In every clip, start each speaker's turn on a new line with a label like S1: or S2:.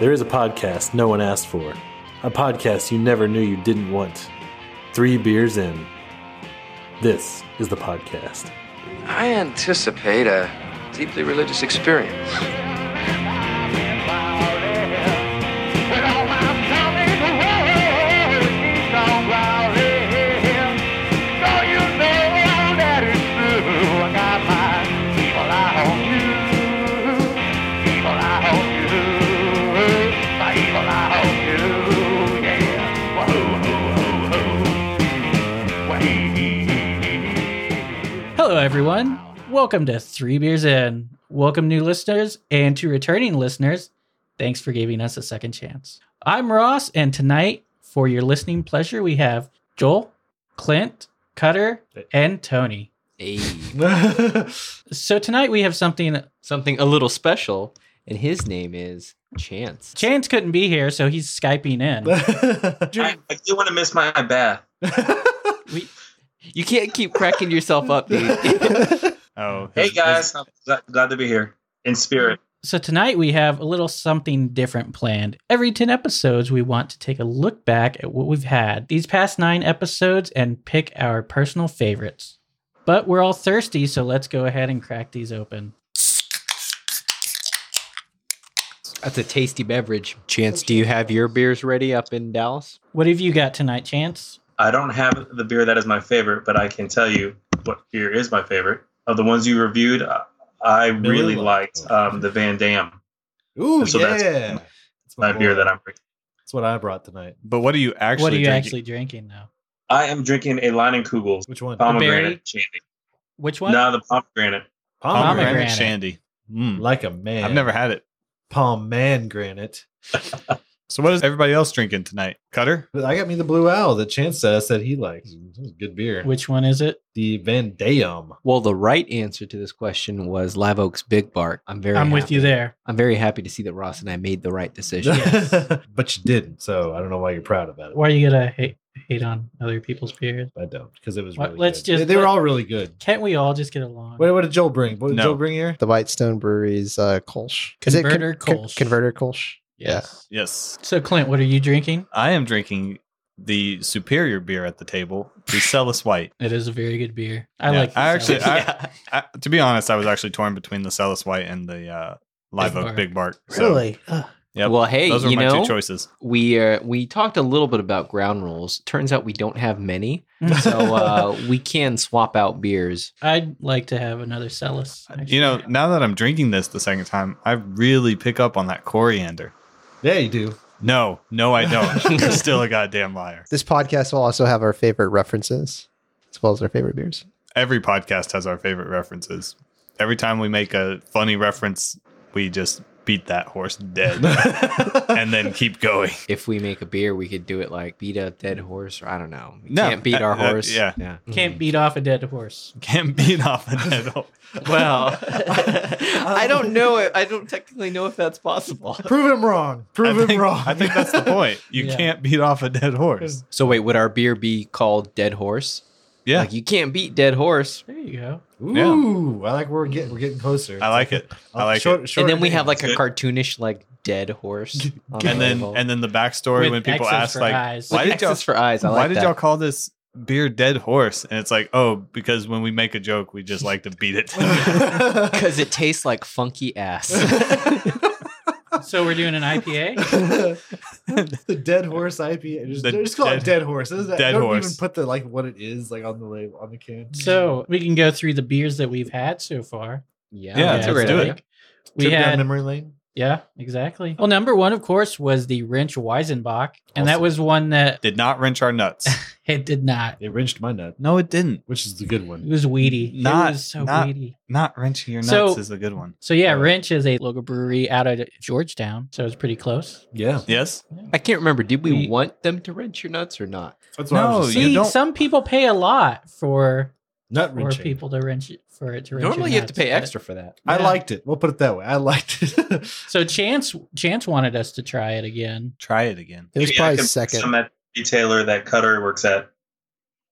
S1: There is a podcast no one asked for, a podcast you never knew you didn't want. Three beers in. This is the podcast.
S2: I anticipate a deeply religious experience.
S3: Hello, everyone. Welcome to Three Beers In. Welcome, new listeners, and to returning listeners, thanks for giving us a second chance. I'm Ross, and tonight, for your listening pleasure, we have Joel, Clint, Cutter, and Tony.
S4: a
S3: So, tonight we have something.
S4: something a little special, and his name is Chance.
S3: Chance couldn't be here, so he's Skyping in.
S5: I, I do want to miss my bath.
S4: You can't keep cracking yourself up, dude.
S6: oh,
S5: Hey guys, I'm glad, glad to be here in spirit.
S3: So, tonight we have a little something different planned. Every 10 episodes, we want to take a look back at what we've had these past nine episodes and pick our personal favorites. But we're all thirsty, so let's go ahead and crack these open.
S4: That's a tasty beverage. Chance, do you have your beers ready up in Dallas?
S3: What have you got tonight, Chance?
S5: I don't have the beer that is my favorite, but I can tell you what beer is my favorite. Of the ones you reviewed, I- I really
S6: Miller Lite.
S5: liked um, the Van Dam,
S6: Ooh,
S5: So
S6: yeah.
S5: that's
S6: That's
S5: my
S6: boy.
S5: beer that I'm drinking.
S1: That's what I brought tonight.
S6: But what are you actually?
S3: what are you
S6: drinking?
S3: actually drinking now?
S5: I am drinking a Leinenkugel
S1: Which one?
S5: pomegranate shandy.
S3: Which one?
S5: No, the pomegranate.
S6: Pomegranate,
S3: Pomegranate.
S6: shandy. Mm.
S1: Like a man.
S6: I've never had it.
S1: Palm man granite.
S6: So what is everybody else drinking tonight? Cutter.
S1: But I got me the blue owl that Chance said I said he likes. This is good beer.
S3: Which one is it?
S1: the Van Dam.
S4: Well, the right answer to this question was Live Oak's Big Bark. I'm very
S3: I'm with
S4: happy-
S3: you there.
S4: I'm very happy to see that Ross and I made the right decision.
S1: but you didn't, so I don't know why you're proud about it.
S3: Why are you gonna hate, hate on other people's beers?
S1: I don't, because it was
S3: Well,
S1: really
S3: let's
S1: good.
S3: just-
S1: they, they were all really good.
S3: Can't we all just get along?
S1: Wait, what did Joel bring? What did
S6: No.
S1: Joel bring here?
S7: the Whitestone Brewery's uh, Kolsch.
S3: Converter Kolsch.
S7: converter Kolsch.
S3: yes.
S6: Yes,
S3: So, Clint, what are you drinking?
S6: I am drinking the superior beer at the table, the Cellus White.
S3: It is a very good beer. I
S6: Yeah,
S3: like.
S6: I
S3: this
S6: actually,
S3: one.
S6: I, I, to be honest, I was actually torn between the Cellus White and the uh, Live
S3: Big
S6: Oak
S3: Bark.
S6: Big Bark. So
S7: Really?
S6: Yep.
S4: Well, hey,
S6: those were
S4: you
S6: my
S4: know,
S6: two choices.
S4: we uh, we talked a little bit about ground rules. Turns out we don't have many,
S3: Mm.
S4: so uh, we can swap out beers.
S3: I'd like to have another Cellus.
S6: You know, now that I'm drinking this the second time, I really pick up on that coriander.
S1: Yeah, you do.
S6: No, no, I don't. You're still a goddamn liar.
S7: This podcast will also have our favorite references as well as our favorite beers.
S6: Every podcast has our favorite references. Every time we make a funny reference, we just beat that horse dead and then keep going.
S4: If we make a beer, we could do it like beat a dead horse, or I don't know. We
S6: No,
S4: can't beat our
S6: uh, uh,
S4: horse.
S6: yeah.
S3: can't
S1: Hmm.
S3: beat off a dead horse.
S6: Can't beat off a dead horse.
S4: Well, I don't know. it- I don't technically know if that's possible.
S1: Prove him wrong. Prove
S6: I
S1: him
S6: think,
S1: wrong.
S6: I think that's the point. You
S3: Yeah.
S6: can't beat off a dead horse.
S4: So wait, would our beer be called Dead Horse?
S6: Yeah.
S4: Like you can't beat Dead Horse.
S3: There you go.
S1: Ooh, I like where we're getting. We're getting closer.
S6: I like it. I like it.
S4: and then we have like a
S5: Good.
S4: cartoonish like dead horse. on
S6: And
S4: the
S6: then
S4: label.
S6: and then the backstory
S3: With
S6: when people
S3: X's
S6: ask
S3: for
S6: like
S3: eyes.
S6: why
S4: With
S6: did y'all
S4: X's for eyes. I
S6: why
S4: like
S6: did
S4: that.
S6: y'all call this beer dead horse? And it's like, oh, because when we make a joke, we just like to beat it.
S4: Because it tastes like funky ass.
S3: So we're doing an IPA.
S1: the dead horse IPA. Just,
S6: The
S1: just call it
S6: dead-
S1: dead horse. This is-
S6: dead
S1: don't
S6: horse.
S1: even put the like what it is like on the label on the can.
S3: so we can go through the beers that we've had so far.
S4: yeah,
S6: Yeah,
S4: that's a
S6: let's
S4: great
S6: do
S4: idea.
S6: it.
S3: We
S1: Trip down
S3: had,
S1: memory lane.
S3: yeah, exactly. Well, number one, of course, was the Wrench Weisenbach, and that
S4: Awesome.
S3: was one that
S6: Did not wrench our nuts.
S3: it did not.
S1: It wrenched my nut,
S6: No, it didn't.
S1: which is the good
S3: It
S1: one.
S3: was weedy.
S6: Not-
S3: it was so
S6: not-
S3: weedy.
S6: Not wrenching your nuts
S3: So-
S6: is a good one.
S3: So yeah, Wrench is a local brewery out of Georgetown, so it's pretty close.
S1: Yeah,
S6: Yes.
S4: I can't remember. Did we,
S3: We-
S4: want them to wrench your nuts or not?
S1: that's what I
S6: No,
S1: was just
S6: Oh, you
S3: See,
S6: don't.
S3: some people pay a lot for
S1: nut
S3: for
S1: wrenching.
S3: people to wrench it, for it to wrench. your
S4: Normally, you have to
S3: nuts,
S4: pay
S3: but-
S4: extra for that.
S1: I
S3: Yeah.
S1: liked it. We'll put it that way. I liked it.
S3: So Chance Chance wanted us to try it again.
S6: Try it again.
S7: It was
S5: Maybe I
S7: probably
S5: can- I'm
S7: second.
S5: at the retailer that Cutter works at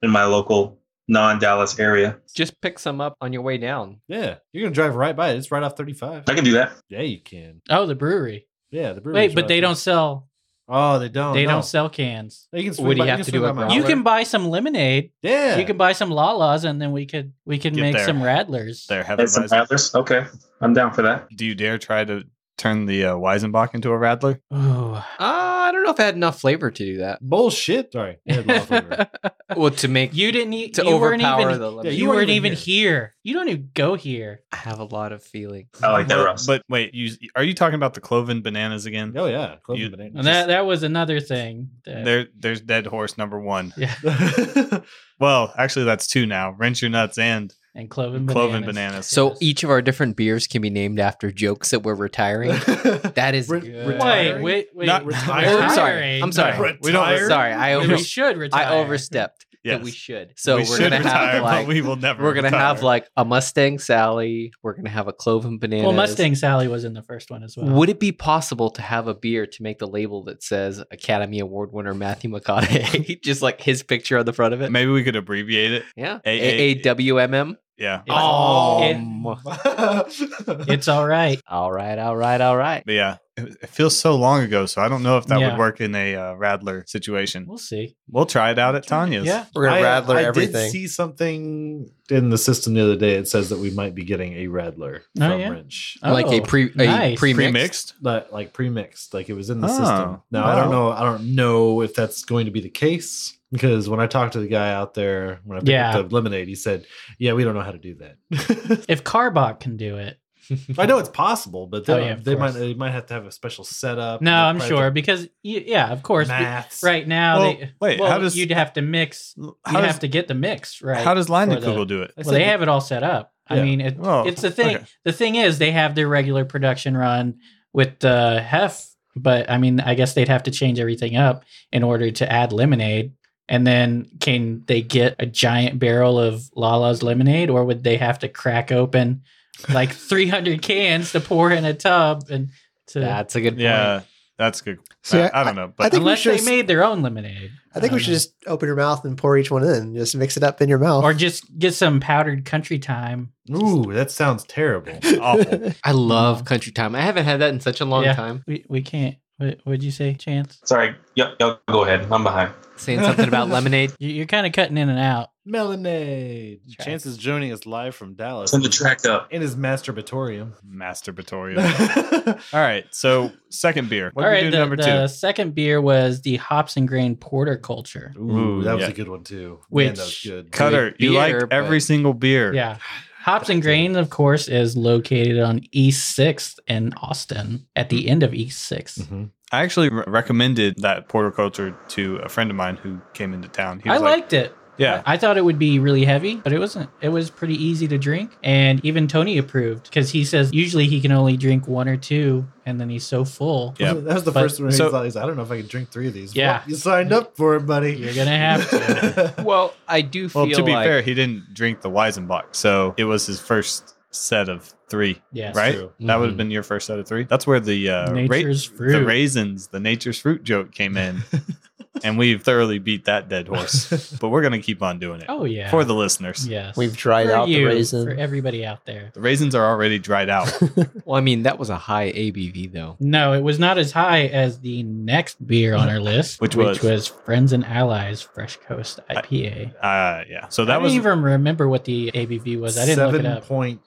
S5: in my local non-Dallas area.
S4: Just pick some up on your way down.
S1: yeah, you're gonna drive right by it. It's right off 35.
S5: I can do that.
S1: Yeah, you can.
S3: Oh, the brewery.
S8: Yeah, the brewery.
S3: Wait, but they don't sell.
S8: Oh, they don't.
S3: they
S8: no.
S3: don't sell cans.
S8: You can swing
S4: What do you
S8: by-
S4: have
S8: can
S4: to
S8: swing
S4: do
S8: by
S4: at
S8: my
S4: Brown?
S3: You
S8: outlet.
S3: can buy some lemonade.
S8: Yeah.
S3: You can buy some Lalas, and then we could we can
S6: Get
S3: make
S6: there.
S3: some Radlers.
S6: There, Heather.
S5: And some
S6: Weizen.
S5: Rattlers. Okay, I'm down for that.
S6: Do you dare try to turn the uh, Weizenbach into a Radler?
S3: Ooh.
S4: Uh, I don't know if I had enough flavor to do that.
S8: Bullshit. Sorry. Yeah, the leftover.
S4: Well, to make
S3: You didn't e-
S4: to
S3: you weren't
S4: overpower
S3: even,
S4: the
S8: Yeah,
S4: lemon.
S3: you,
S8: you
S3: weren't,
S8: weren't
S3: even
S8: even
S3: here. You don't even go here.
S4: I have a lot of feeling.
S5: I like that,
S6: But-
S5: Ross.
S6: But wait, you are you talking about the cloven bananas again?
S8: oh yeah. Clover
S6: You-
S8: banana.
S3: And that that was another thing. that-
S6: There, there's dead horse number one.
S3: yeah,
S6: Well, actually, that's two now. Wrench your nuts and
S3: and cloven bananas.
S6: cloven bananas.
S4: So
S3: Yes.
S4: each of our different beers can be named after jokes that we're retiring. That is
S8: Re-
S4: good.
S3: Wait,
S8: retiring?
S3: wait, wait.
S6: Not
S8: retiring.
S4: Oh, I'm sorry.
S3: Retiring.
S4: I'm sorry.
S8: Retiring.
S6: We don't.
S8: Retired?
S4: Oh, Sorry, I
S3: We
S4: over-
S3: should retire.
S4: I overstepped.
S6: Yes.
S4: That we should. So
S6: we
S4: we are
S6: should
S4: gonna
S6: retire,
S4: have like
S6: but we will never.
S4: we're gonna have
S6: retire.
S4: like a Mustang Sally. We're gonna have a cloven banana.
S3: Well, Mustang Sally was in the first one as well.
S4: Would it be possible to have a beer to make the label that says Academy Award winner Matthew McConaughey, just like his picture on the front of it?
S6: Maybe we could abbreviate it.
S4: Yeah,
S6: A-
S4: A A W M M.
S6: Yeah.
S3: It's-
S4: Um,
S8: Um.
S3: it's all right.
S4: All right, all right, all right.
S6: But yeah, it, it feels so long ago, so I don't know if that
S3: Yeah.
S6: would work in a uh, Radler situation.
S3: We'll see.
S6: We'll try it out at Tanya's.
S3: Yeah.
S7: We're gonna
S8: I- uh,
S7: rattler
S8: I did
S7: everything.
S8: did see something in the system the other day. It says that we might be getting a rattler
S3: Oh,
S8: from
S3: yeah?
S8: Wrench,
S4: like a
S3: Oh,
S4: pre a
S3: nice.
S4: pre mix.
S6: Pre-mixed.
S8: Not, like pre-mixed. Like it was in the
S6: Oh,
S8: system. Now I don't
S6: wow.
S8: know. I don't know if that's going to be the case because when I talked to the guy out there when I picked
S3: Yeah.
S8: up the lemonade, he said, "Yeah, we don't know how to do that."
S3: If Carbot can do do it,
S8: I know it's possible, but they,
S3: Oh, yeah, of
S8: they might
S3: course.
S8: they might have to have a special setup.
S3: no,
S8: They'll
S3: I'm
S8: probably
S3: sure
S8: have to-
S3: because y- yeah, of course. be-
S8: Maths.
S3: Right now,
S6: Well,
S3: they,
S6: wait,
S3: well,
S6: how does-
S3: you'd have to mix. You'd
S6: How does,
S3: have to get the mix right.
S6: how does Line
S3: for
S6: to
S3: the-
S6: Google do it?
S8: I
S3: well,
S8: said
S3: they have it all set up. I
S8: Yeah.
S3: mean, it,
S6: Well,
S3: it's the thing.
S6: okay.
S3: The thing is, they have their regular production run with the Hef, but I mean, I guess they'd have to change everything up in order to add lemonade. And then can they get a giant barrel of Lala's lemonade, or would they have to crack open like 300 cans to pour in a tub and to
S4: That's a good point.
S6: Yeah, that's good.
S7: See,
S6: I,
S7: I-
S6: I don't know, but
S7: I think we
S3: unless
S7: should
S3: they
S7: s-
S3: made their own lemonade?
S7: I think we
S3: don't
S7: should
S3: know.
S7: just open your mouth and pour each one in. Just mix it up in your mouth.
S3: or just get some powdered country time.
S8: Ooh, that sounds terrible.
S6: awful.
S4: I love Country Time. I haven't had that in such a long
S3: Mm-hmm. Yeah.
S4: time.
S3: We we can't. What would you say, Chance?
S5: Sorry, y'all y'all go ahead. I'm behind.
S4: Saying something about lemonade.
S3: You- You're kind of cutting in and out.
S8: Melonade.
S3: Track.
S8: Chance is joining us live from Dallas.
S5: Send the track up.
S8: in his masturbatorium.
S6: Masturbatorial. All right, so second beer. What
S3: All
S6: do
S3: right,
S6: we do
S3: the,
S6: number
S3: the
S6: two?
S3: second beer was the hops and grain porter culture.
S8: Ooh, that was
S6: yeah.
S8: a good one too. Man,
S3: Which-
S8: that was good.
S6: Cutter, you
S4: beer,
S6: liked
S4: but-
S6: every single beer.
S3: Yeah. Hops and Grain, of course, is located on East 6th in Austin at
S6: Hmm.
S3: the end of East 6th.
S8: Mhm.
S6: I actually re- recommended that porterculture to a friend of mine who came into town. He
S3: I
S6: was like,
S3: liked it.
S6: "Yeah,
S3: I thought it would be really heavy, but it wasn't. It was pretty easy to drink. And even Tony approved because he says usually he can only drink one or two and then he's so full.
S6: Yeah.
S8: that was the
S3: But-
S8: first one.
S6: So-
S8: So, like, I don't know if I can drink three of these.
S3: Yeah.
S8: Well, you signed up for it, buddy.
S3: You're gonna have
S8: to.
S4: Well, I do feel
S6: Well, to be
S4: like
S6: fair, he didn't drink the Weizenbach, so it was his first set of three.
S3: Yes.
S6: right?
S8: true.
S6: That would have been your first set of three. That's where the uh, ra-
S3: Mm-hmm. Nature's fruit.
S6: the raisins, the nature's fruit joke came in, and we've thoroughly beat that dead horse. but we're gonna keep on doing it
S3: Oh, yeah.
S6: for the listeners.
S3: yes.
S7: We've dried
S3: For
S7: out the
S3: you,
S7: raisin.
S3: For everybody out there.
S6: The raisins are already dried out.
S4: well, I mean, that was a high ABV though.
S3: No, it was not as high as the next beer on our list,
S6: Which was?
S3: Friends and Allies Fresh Coast IPA.
S6: uh, yeah. So
S3: I
S6: that
S3: don't
S6: was
S3: even remember what the ABV was. I didn't look it up.
S8: 7.8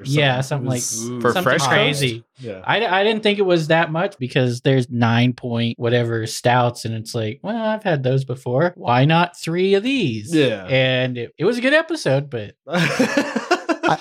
S8: or something.
S3: Yeah, something
S8: It
S3: like
S8: was-
S6: for
S3: something
S6: fresh
S3: crazy.
S8: Yeah.
S3: I, I didn't think it was that much because there's nine point whatever stouts, and it's like, well, I've had those before. Why not three of these?
S8: Yeah.
S3: And it, it was a good episode, but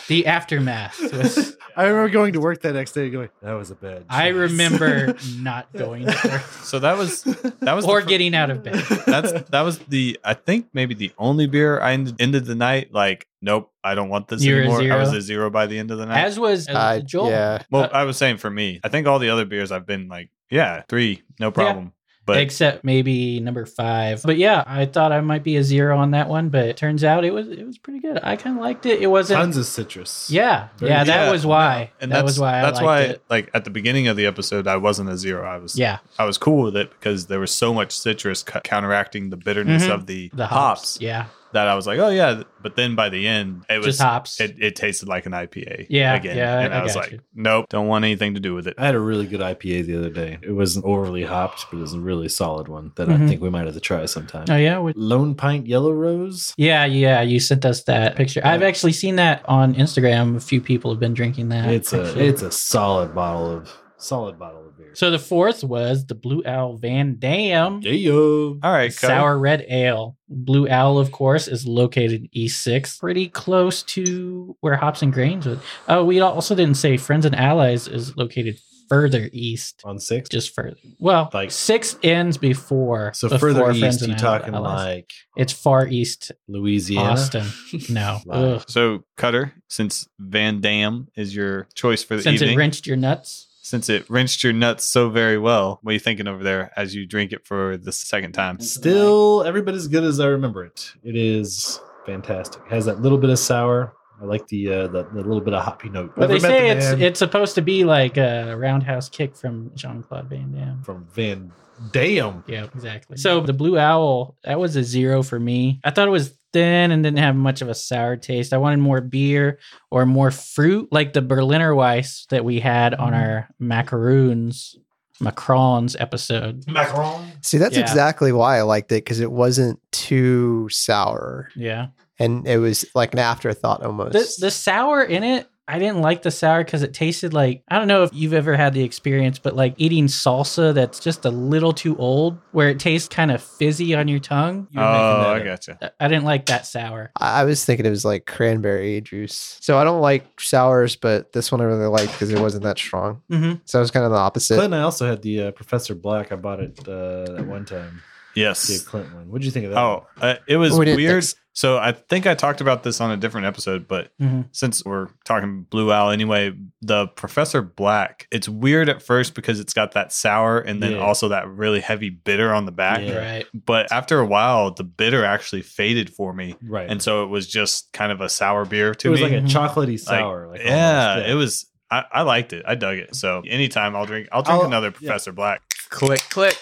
S3: the aftermath was.
S8: I remember going to work that next day and going, that was a bad
S3: I
S8: choice."
S3: remember not going to work
S6: So that was that was
S3: or
S6: the fir-
S3: getting out of bed.
S6: that's that was the I think maybe the only beer I ended, ended the night like nope I don't want this
S3: You were a
S6: anymore. I was
S3: zero?
S6: a zero by the end of the night.
S3: As was uh,
S7: I-
S3: Joel.
S7: yeah.
S6: well,
S3: uh,
S6: I was saying for me, I think all the other beers I've been like yeah three no problem. But
S3: except maybe number five. But yeah, I thought I might be a zero on that one, but it turns out it was it was pretty good. I kind of liked it. It wasn't.
S8: Tons of citrus.
S3: yeah,
S8: Very
S3: yeah, that
S6: Yeah,
S3: was why.
S6: and
S3: that
S6: that's
S3: was why. I
S6: that's
S3: liked
S6: why
S3: It.
S6: like at the beginning of the episode I wasn't a zero. I was
S3: Yeah,
S6: I was cool with it because there was so much citrus cu- counteracting the bitterness
S3: Mhm.
S6: of the,
S3: the hops.
S6: hops.
S3: Yeah,
S6: that I was like, oh yeah. But then by the end, it was
S3: Just hops.
S6: It, it tasted like an IPA.
S3: Yeah,
S6: again.
S3: yeah, I-
S6: and I,
S3: I
S6: was
S3: got
S6: like,
S3: you.
S6: nope, don't want anything to do with it.
S8: I had a really good IPA the other day. It wasn't overly hopped, but it was a really solid one that
S3: Mhm.
S8: I think we might have to try sometime.
S3: oh yeah, what-
S8: Lone Pint Yellow Rose.
S3: yeah, yeah. You sent us that picture. I've
S8: Yeah.
S3: actually seen that on Instagram. A few people have been drinking that.
S8: It's a
S3: actually.
S8: it's a solid bottle of solid bottle of beer.
S3: so the fourth was the Blue Owl Van Dam.
S8: Ayo.
S6: All right,
S3: Sour Red Ale. Blue Owl, of course, is located in E6, pretty close to where Hops and Grains was. Oh, we also didn't say Friends and Allies is located further east,
S8: On six.
S3: just further. Well, like
S8: Like-
S3: six ends before.
S8: So
S3: before
S8: further
S3: Friends
S8: east,
S3: and
S8: you
S3: Al-
S8: talking
S3: Allies.
S8: like
S3: it's far east,
S8: Louisiana?
S3: Austin. No,
S8: Wow.
S3: Ugh.
S6: So Cutter, since Van Dam is your choice for the
S3: since
S6: evening,
S3: it wrenched your nuts.
S6: since it rinsed your nuts so very well, what are you thinking over there as you drink it for the second time?
S8: Still every bit as good as I remember it. It is fantastic. Has that little bit of sour. I like the uh, the, the little bit of hoppy note.
S3: But they
S8: Never met
S3: say
S8: the
S3: it's
S8: man
S3: it's supposed to be like a roundhouse kick from Jean Claude Van Damme.
S8: from Van Dam.
S3: Yeah, exactly. So the blue owl, that was a zero for me. I thought it was thin and didn't have much of a sour taste. I wanted more beer or more fruit, like the Berliner Weiss that we had on our macaroons, macarons episode.
S8: Macaron.
S7: See, that's
S3: Yeah.
S7: exactly why I liked it because it wasn't too sour
S3: Yeah.
S7: and it was like an afterthought almost.
S3: The the sour in it, I didn't like the sour because it tasted like I don't know if you've ever had the experience, but like eating salsa that's just a little too old, where it tastes kind of fizzy on your tongue.
S6: oh, I gotcha.
S3: I- I didn't like that sour.
S7: I I was thinking it was like cranberry juice. So I don't like sours, but this one I really liked because it wasn't that strong.
S3: Mm-hmm.
S7: So it was kind of the opposite.
S8: Clint, I also had the uh, Professor Black. I bought it uh, at one time. The
S6: Yes.
S8: Clint one. What'd you think of that?
S6: Oh, uh, it was
S7: We didn't
S6: weird.
S7: think-
S6: So I think I talked about this on a different episode, but
S3: Mhm.
S6: since we're talking Blue Owl anyway, the Professor Black, it's weird at first because it's got that sour and then
S8: Yeah.
S6: also that really heavy bitter on the back.
S8: Yeah.
S3: Right.
S6: But after a while, the bitter actually faded for me.
S8: one? right.
S6: And so it was just kind of a sour beer to
S8: it was
S6: me.
S8: like a
S3: Mhm.
S8: chocolatey sour. Like, oh,
S6: yeah,
S8: almost,
S6: it was. I, I liked it. I dug it. So anytime I'll drink, I'll drink
S8: I'll-
S6: another
S8: yeah.
S6: Professor Black.
S4: Click, click.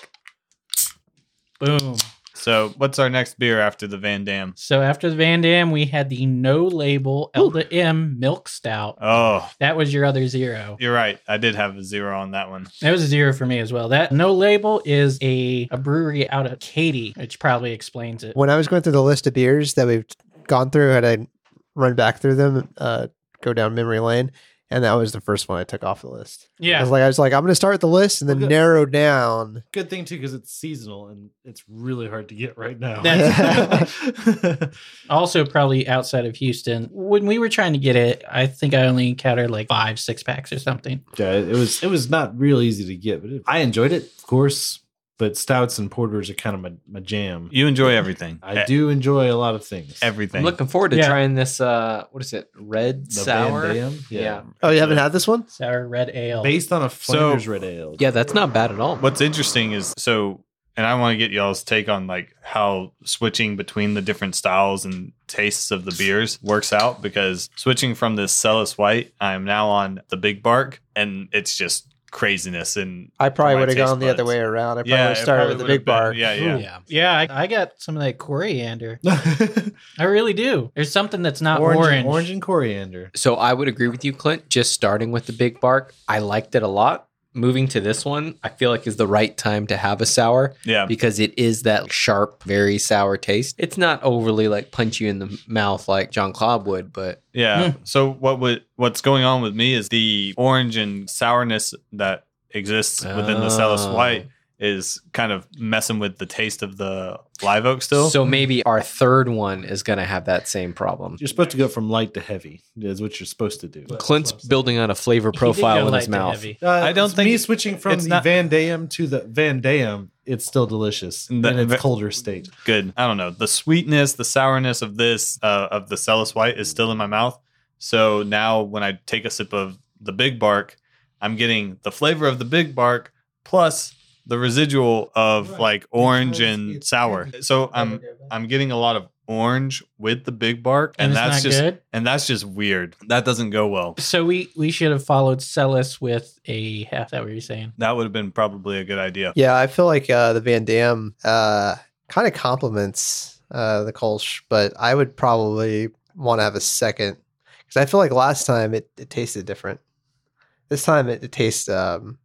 S3: Boom.
S6: So what's our next beer after the Van Dam?
S3: So after the Van Dam, we had the no label Elda M Milk Stout.
S6: Oh,
S3: That was your other zero.
S6: you're right. I did have a zero on that one.
S3: That was a zero for me as well. That no label is a, a brewery out of Katy, which probably explains it.
S7: when I was going through the list of beers that we've gone through, had I run back through them, uh, go down memory lane, and that was the first one I took off the list. I was
S3: Yeah.
S7: like, I was like, I'm going to start the list and then
S8: Okay.
S7: narrow down.
S8: Good thing too, because it's seasonal and it's really hard to get right now.
S7: That's-
S3: Also, probably outside of Houston. When we were trying to get it, I think I only encountered like five, six packs or something.
S8: yeah, it was it was not real easy to get, but it, I enjoyed it, of course. But stouts and porters are kind of my, my jam.
S6: You enjoy everything. E,
S8: I do enjoy a lot of things.
S6: everything.
S4: I'm looking forward to
S3: Yeah.
S4: trying this. Uh, what is it? Red
S8: The
S4: sour.
S8: Van Dam, yeah.
S4: Yeah.
S7: Oh, you haven't had this one?
S3: Sour red ale.
S8: based on a Flanders red ale.
S4: Yeah, that's not bad at all.
S6: What's interesting is so, and I want to get y'all's take on like how switching between the different styles and tastes of the beers works out because switching from this Cellus White, I'm now on the Big Bark, and it's just craziness. And
S7: I probably
S6: My
S7: would have
S6: taste
S7: gone the other
S6: buds.
S7: way around. I probably
S6: yeah,
S7: would
S6: it
S7: have started with the
S6: probably
S7: big bar.
S6: would've been- Yeah, yeah.
S4: yeah.
S3: yeah, I, I got some of that coriander. I really do. There's something that's not
S8: orange,
S3: orange.
S8: and- orange and coriander.
S4: So I would agree with you, Clint. Just starting with the big bark, I liked it a lot. Moving to this one, I feel like is the right time to have a sour
S6: Yeah.
S4: because it is that sharp, very sour taste. It's not overly like punch you in the mouth like John Cobb would, but
S6: Yeah.
S8: Hmm.
S6: So what would what's going on with me is the orange and sourness that exists within the Cellus
S4: Oh.
S6: White is kind of messing with the taste of the live oak still.
S4: so maybe our third one is going to have that same problem.
S8: You're supposed to go from light to heavy. Is what you're supposed to do.
S4: Clint's building on a flavor
S3: He did go
S4: profile in
S3: light
S4: his
S3: to
S4: mouth.
S3: heavy.
S8: Uh,
S6: I don't
S8: it's
S6: think-
S8: me switching from
S6: it's
S8: the
S6: not-
S8: Van Dam to the Van Dam. It's still delicious
S6: The-
S8: in its
S6: the-
S8: colder state.
S6: good. I don't know. The sweetness, the sourness of this, uh, of the Cellus White is still in my mouth. So now when I take a sip of the Big Bark, I'm getting the flavor of the Big Bark plus the residual of
S8: Right.
S6: like orange
S8: Because
S6: and
S8: it's
S6: sour.
S8: heavy.
S6: So um, I'm I'm getting a lot of orange with the Big Bark, and,
S3: And, it's
S6: that's
S3: not
S6: just
S3: good.
S6: and that's just weird. That doesn't go well.
S3: So we we should have followed Celis with a half. That what you're saying?
S6: That would have been probably a good idea.
S7: Yeah, I feel like uh, the Van Dam uh, kind of complements uh, the Kolsch, but I would probably want to have a second because I feel like last time it, it tasted different. This time it, it tastes um,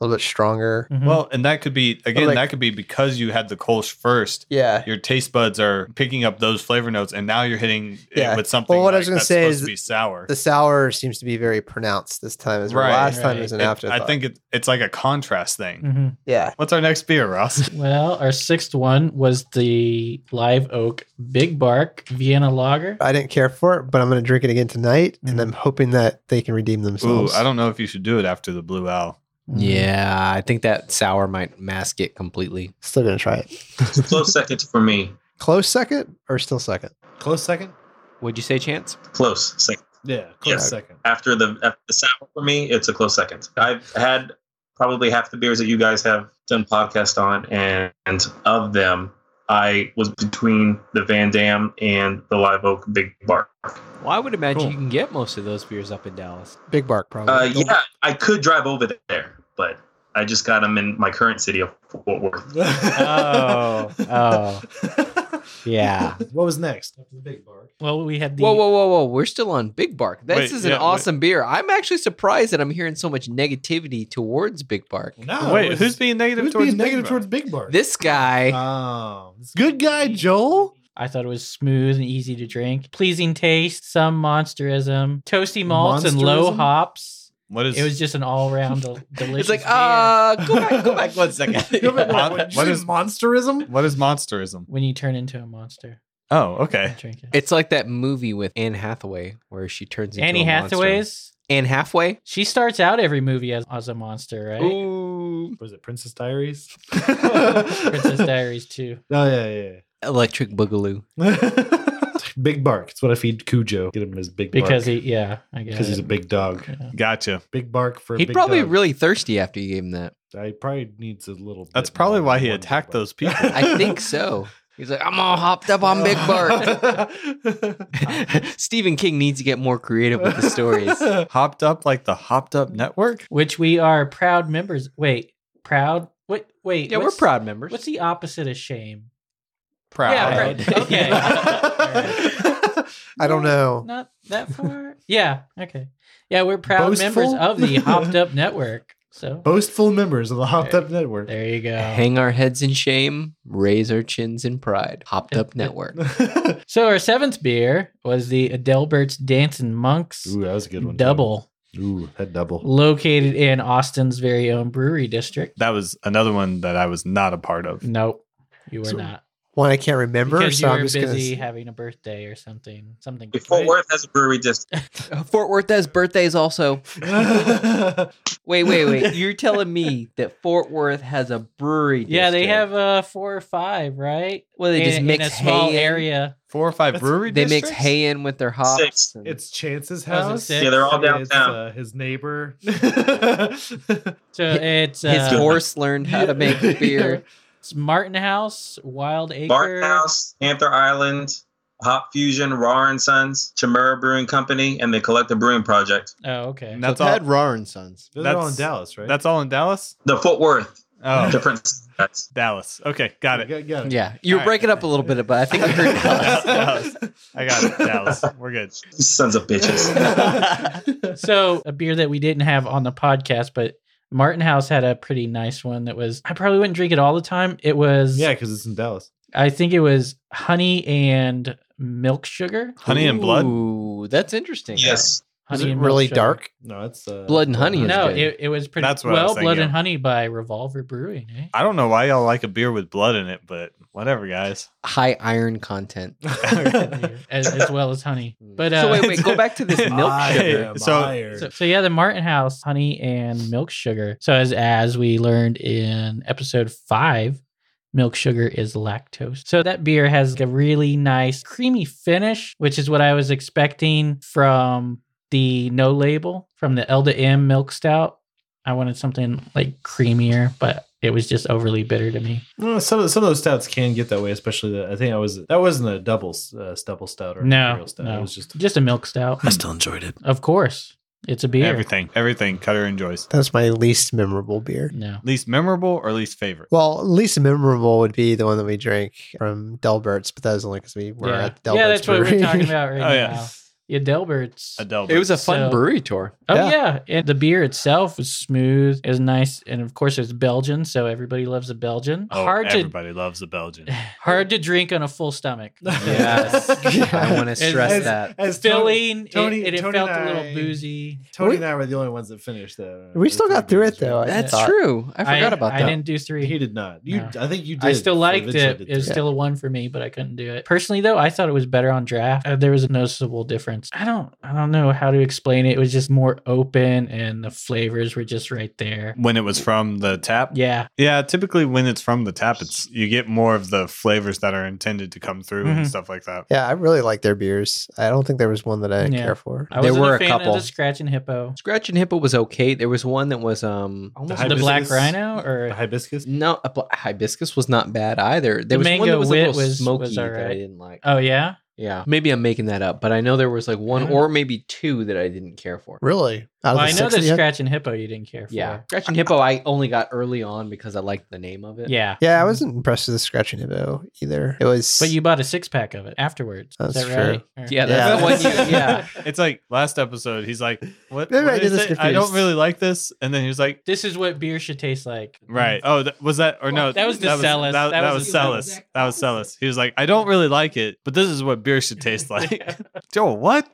S7: a little bit stronger.
S8: Mm-hmm.
S3: Mhm.
S6: Well, and that could be again.
S7: like-
S6: that could be because you had the Kolsch first.
S7: Yeah.
S6: Your taste buds are picking up those flavor notes, and now you're hitting
S7: Yeah.
S6: it with something.
S7: Well, what I was
S6: like
S7: gonna
S6: that's
S7: say
S6: supposed
S7: is
S6: to be sour.
S7: The sour seems to be very pronounced this time. As well.
S6: Right,
S7: last time it
S3: right.
S7: was an
S6: It-
S7: afterthought.
S6: I think it, it's like a contrast thing.
S3: Mhm.
S8: Mm-hmm.
S7: Yeah.
S6: What's our next beer, Ross?
S3: Well, our sixth one was the live oak big bark Vienna
S4: Uh,
S3: lager.
S7: I didn't care for it, but I'm going to drink it again tonight, and
S3: Mhm.
S7: I'm hoping that they can redeem
S6: Mm. Ooh,
S7: themselves.
S6: I don't know if you should do it after the Blue Owl.
S3: Mm.
S4: Yeah, I think that sour might mask it completely.
S7: Still going to try it.
S5: It's a close second for me.
S7: Close second or still second?
S8: Close second?
S4: What'd you say, Chance?
S5: Close second.
S8: Yeah, close
S5: Yeah.
S8: second.
S5: After the after the sour for me, it's a close second. I've had probably half the beers that you guys have done podcast on, and, and of them, I was between the Van Dam and the Live Oak Big Bark.
S4: Well, I would imagine
S6: Cool.
S4: you can get most of those beers up in Dallas.
S7: Big bark, probably.
S5: Uh, yeah, I could drive over there, but I just got them in my current city of Fort Worth.
S4: Oh, oh. Yeah.
S8: What was next? After the big bark.
S3: Well, we had the
S4: Whoa, whoa, whoa, whoa! We're still on Big Bark. This
S6: Wait,
S4: is
S6: yeah,
S4: an
S6: wait.
S4: awesome beer. I'm actually surprised that I'm hearing so much negativity towards Big Bark.
S2: Oh,
S8: No.
S6: Wait,
S8: it's-
S6: who's being negative
S8: who's
S6: towards
S8: being
S6: Big
S8: negative
S6: Bark?
S8: towards Big Bark?
S4: This guy,
S3: Uh,
S8: Oh, this
S7: Good guy, Joel.
S3: I thought it was smooth and easy to drink, pleasing taste, some monsterism, toasty malts and low
S8: Monsterism?
S3: hops.
S6: What is?
S3: It was just an all-round del-
S4: it's
S3: delicious.
S4: like,
S3: beer.
S4: uh, go back, go back one second.
S8: Go back
S6: Mon-
S8: one- did you
S6: what
S8: say
S6: is-
S8: monsterism?
S6: what is monsterism?
S3: when you turn into a monster.
S6: Oh, okay.
S3: Drink it.
S4: It's like that movie with Anne Hathaway where she turns into
S3: Annie
S4: a monster.
S3: Hathaway's.
S4: Anne Hathaway.
S3: She starts out every movie as, as a monster, right?
S4: Ooh,
S8: Was it Princess Diaries?
S3: Princess Diaries too.
S8: Oh yeah, yeah.
S4: Electric Boogaloo.
S8: yeah. big bark. It's what I feed Cujo. Get him his big bark
S3: Because he, yeah, I guess
S8: because he's a big dog.
S6: Gotcha.
S8: Big bark for. a
S4: He'd
S8: big
S4: probably
S8: dog.
S4: really thirsty after you gave him that.
S8: I probably needs a little. bit
S6: That's probably
S8: more
S6: why
S8: than
S6: he
S8: one big
S6: attacked
S8: bark.
S6: those people.
S4: I think so. He's like, I'm all hopped up on Big Bark. Stephen King needs to get more creative with the stories.
S6: hopped up like the hopped up network.
S3: which we are proud members. Wait, proud? Wait, wait.
S4: Yeah, we're
S3: what's-
S4: proud members.
S3: What's the opposite of shame?
S6: Proud.
S3: Yeah, right. Okay.
S7: I don't know.
S3: Not that far. yeah. Okay. Yeah, we're proud
S8: Boastful?
S3: members of the Hopped Up Network. So
S8: Boastful members of the Hopped Up Network.
S3: there you go.
S4: Hang our heads in shame, raise our chins in pride. Hopped Up Network.
S3: So our seventh beer was the Adelbert's Dancing Monks
S8: Ooh, that was a good one. too.
S3: Double,
S8: Ooh, that double.
S3: located in Austin's very own brewery district.
S6: That was another one that I was not a part of.
S3: Nope, you were
S7: So-
S3: not.
S7: One I can't remember,
S3: Because
S7: so
S3: you
S7: I'm
S3: were
S7: just going
S3: busy
S7: to.
S3: having a birthday or something. Something.
S5: Fort Worth has a brewery district.
S4: Fort Worth has birthdays also. Wait, wait, wait. You're telling me that Fort Worth has a brewery.
S3: Yeah, they
S4: district.
S3: have uh four or five, right?
S4: Well, they
S3: in,
S4: just
S3: in
S4: mix
S3: a small
S4: hay in.
S3: area.
S6: Four or five brewery.
S4: They mix
S6: districts?
S4: hay in with their hops.
S5: Six.
S4: and-
S8: It's Chance's
S3: That was a
S8: house.
S3: six. Yeah,
S5: they're all
S8: And it's,
S5: downtown.
S8: uh, his neighbor.
S3: So
S4: Hi-
S3: it's
S4: his
S3: uh,
S4: horse learned how to make beer.
S3: it's Martin House, Wild Acre,
S5: Barton House, Panther Island, Hop Fusion, Raw and Sons, Chimera Brewing Company, and the Collective Brewing Project.
S3: Oh, okay.
S6: And That's
S4: So
S6: all.
S4: Ted Rahr and Sons.
S8: Those are all in
S6: That's-
S8: Dallas, right?
S6: That's all in Dallas.
S5: The Fort Worth
S6: Oh,
S5: different sets.
S6: Dallas. Okay, got it.
S8: Got, got it.
S4: Yeah, you
S6: All
S4: were
S6: right.
S4: breaking up a little bit, but I think I heard Dallas.
S6: Dallas. I got it. Dallas. We're good.
S5: Sons of bitches.
S3: So a beer that we didn't have on the podcast, but Martin House had a pretty nice one that was. I probably wouldn't drink it all the time. It was.
S8: Yeah, because it's in Dallas.
S3: I think it was honey and milk sugar.
S6: Honey and blood.
S4: Ooh, that's interesting.
S5: Yes.
S7: Is
S3: Honey
S7: it
S3: and milk
S7: really
S3: sugar.
S7: dark?
S8: No, it's uh,
S4: Blood and honey is
S3: No,
S4: good.
S3: it, it was pretty.
S6: That's what I
S3: well,
S6: was
S3: blood
S6: thinking.
S3: and honey by Revolver Brewing. Eh?
S6: I don't know why y'all like a beer with blood in it, but whatever, guys.
S4: High iron content.
S3: as, as well as honey. But uh,
S4: so wait, wait, go back to this milk
S8: I
S4: sugar.
S8: am
S6: So-
S8: hired.
S3: So, so yeah, the Martin House honey and milk sugar. So as as we learned in episode five, milk sugar is lactose. So that beer has a really nice creamy finish, which is what I was expecting from the no label from the Elda M milk stout. I wanted something like creamier, but it was just overly bitter to me.
S8: No, some of some of those stouts can get that way, especially the, I think I was that wasn't a double uh, double stout or
S3: No,
S8: imperial stout.
S3: no.
S8: It was just
S3: Just a milk stout,
S1: I still enjoyed it.
S3: of course. It's a beer.
S6: Everything, everything Cutter enjoys.
S7: That's my least memorable beer.
S3: No.
S6: Least memorable or least favorite?
S7: Well, least memorable would be the one that we drank from Delbert's, but that was only because we were
S3: Yeah.
S7: at Delbert's.
S3: yeah, that's what we're
S7: brewery.
S3: talking about right
S6: oh yeah, Uh,
S3: now. Yeah, Delbert's.
S6: Adelbert.
S4: It was a fun
S3: So-
S4: brewery tour.
S3: Oh
S7: Yeah.
S3: yeah. and the beer itself was smooth, it was nice, and of course it's Belgian, so everybody loves a Belgian.
S6: Oh,
S3: hard
S6: everybody loves the Belgian.
S3: to hard to drink on a full stomach.
S4: Yes. I want to
S3: As-
S4: stress
S3: as-
S4: that.
S8: As
S3: Filling, it-
S8: Tony-
S3: it, it
S8: Tony
S3: felt
S8: and
S3: a
S8: I-
S3: little boozy.
S8: Tony
S7: We-
S8: and I were the only ones that finished that. uh,
S7: We still got through it, though. I
S4: That's
S7: thought-
S4: true. I forgot about
S3: I
S4: that.
S3: didn't do three.
S8: He did not. You,
S3: No.
S8: I think you did.
S3: I still liked it.
S8: eventually
S3: It was
S8: did.
S3: still a one for me, but I couldn't do it personally. Though I thought it was better on draft. Uh, there was a noticeable difference. I don't, I don't know how to explain it. It was just more open, and the flavors were just right there.
S6: When it was from the tap,
S3: Yeah,
S6: Yeah, typically when it's from the tap, it's you get more of the flavors that are intended to come through
S4: Mm-hmm.
S3: Mhm.
S6: and stuff like that.
S7: Yeah, I really like their beers. I don't think there was one that I didn't
S3: Yeah.
S7: care for.
S3: I
S4: There
S3: wasn't
S4: were
S3: a
S4: a
S3: fan
S4: couple.
S3: of the Scratch and Hippo.
S4: Scratch and Hippo was okay. There was one that was um
S8: The
S4: almost
S3: The
S8: hibiscus-
S3: Black Rhino or
S8: The hibiscus.
S4: no a bl- hibiscus was not bad either. There
S3: The
S4: was one
S3: mango
S4: that was a
S3: wit
S4: little
S3: was-
S4: smoky
S3: was
S4: that I
S3: alright.
S4: didn't like.
S3: oh yeah,
S4: yeah, maybe I'm making that up, but I know there was like
S3: I
S4: one
S3: don't know.
S4: or maybe two that I didn't care for.
S7: Really? Out
S3: well,
S7: of
S3: I know the
S7: 60?
S3: Scratch and Hippo you didn't care for.
S4: Yeah, Scratch and Hippo I only got early on because I liked the name of it.
S3: yeah,
S7: Yeah, I wasn't impressed with the scratching hippo either. It was.
S3: But you bought a six pack of it afterwards. Is
S7: That's
S3: that right?
S7: true.
S3: Or-
S4: yeah, that's the
S7: Yeah.
S4: one. You, yeah,
S6: It's like last episode, he's like, "What?
S7: Maybe
S6: what
S7: I did
S6: is
S7: this
S6: it? I don't
S7: confused.
S6: really like this," and then he was like,
S3: This is what beer should taste like.
S6: "Right? Oh, that, was that or no?
S3: That was the Cellus.
S6: That,
S3: That
S6: that
S3: was
S6: was
S3: the
S6: Cellus.
S3: exact
S6: That was Cellus." He was like, "I don't really like it, but this is what beer should taste like." Joel, what?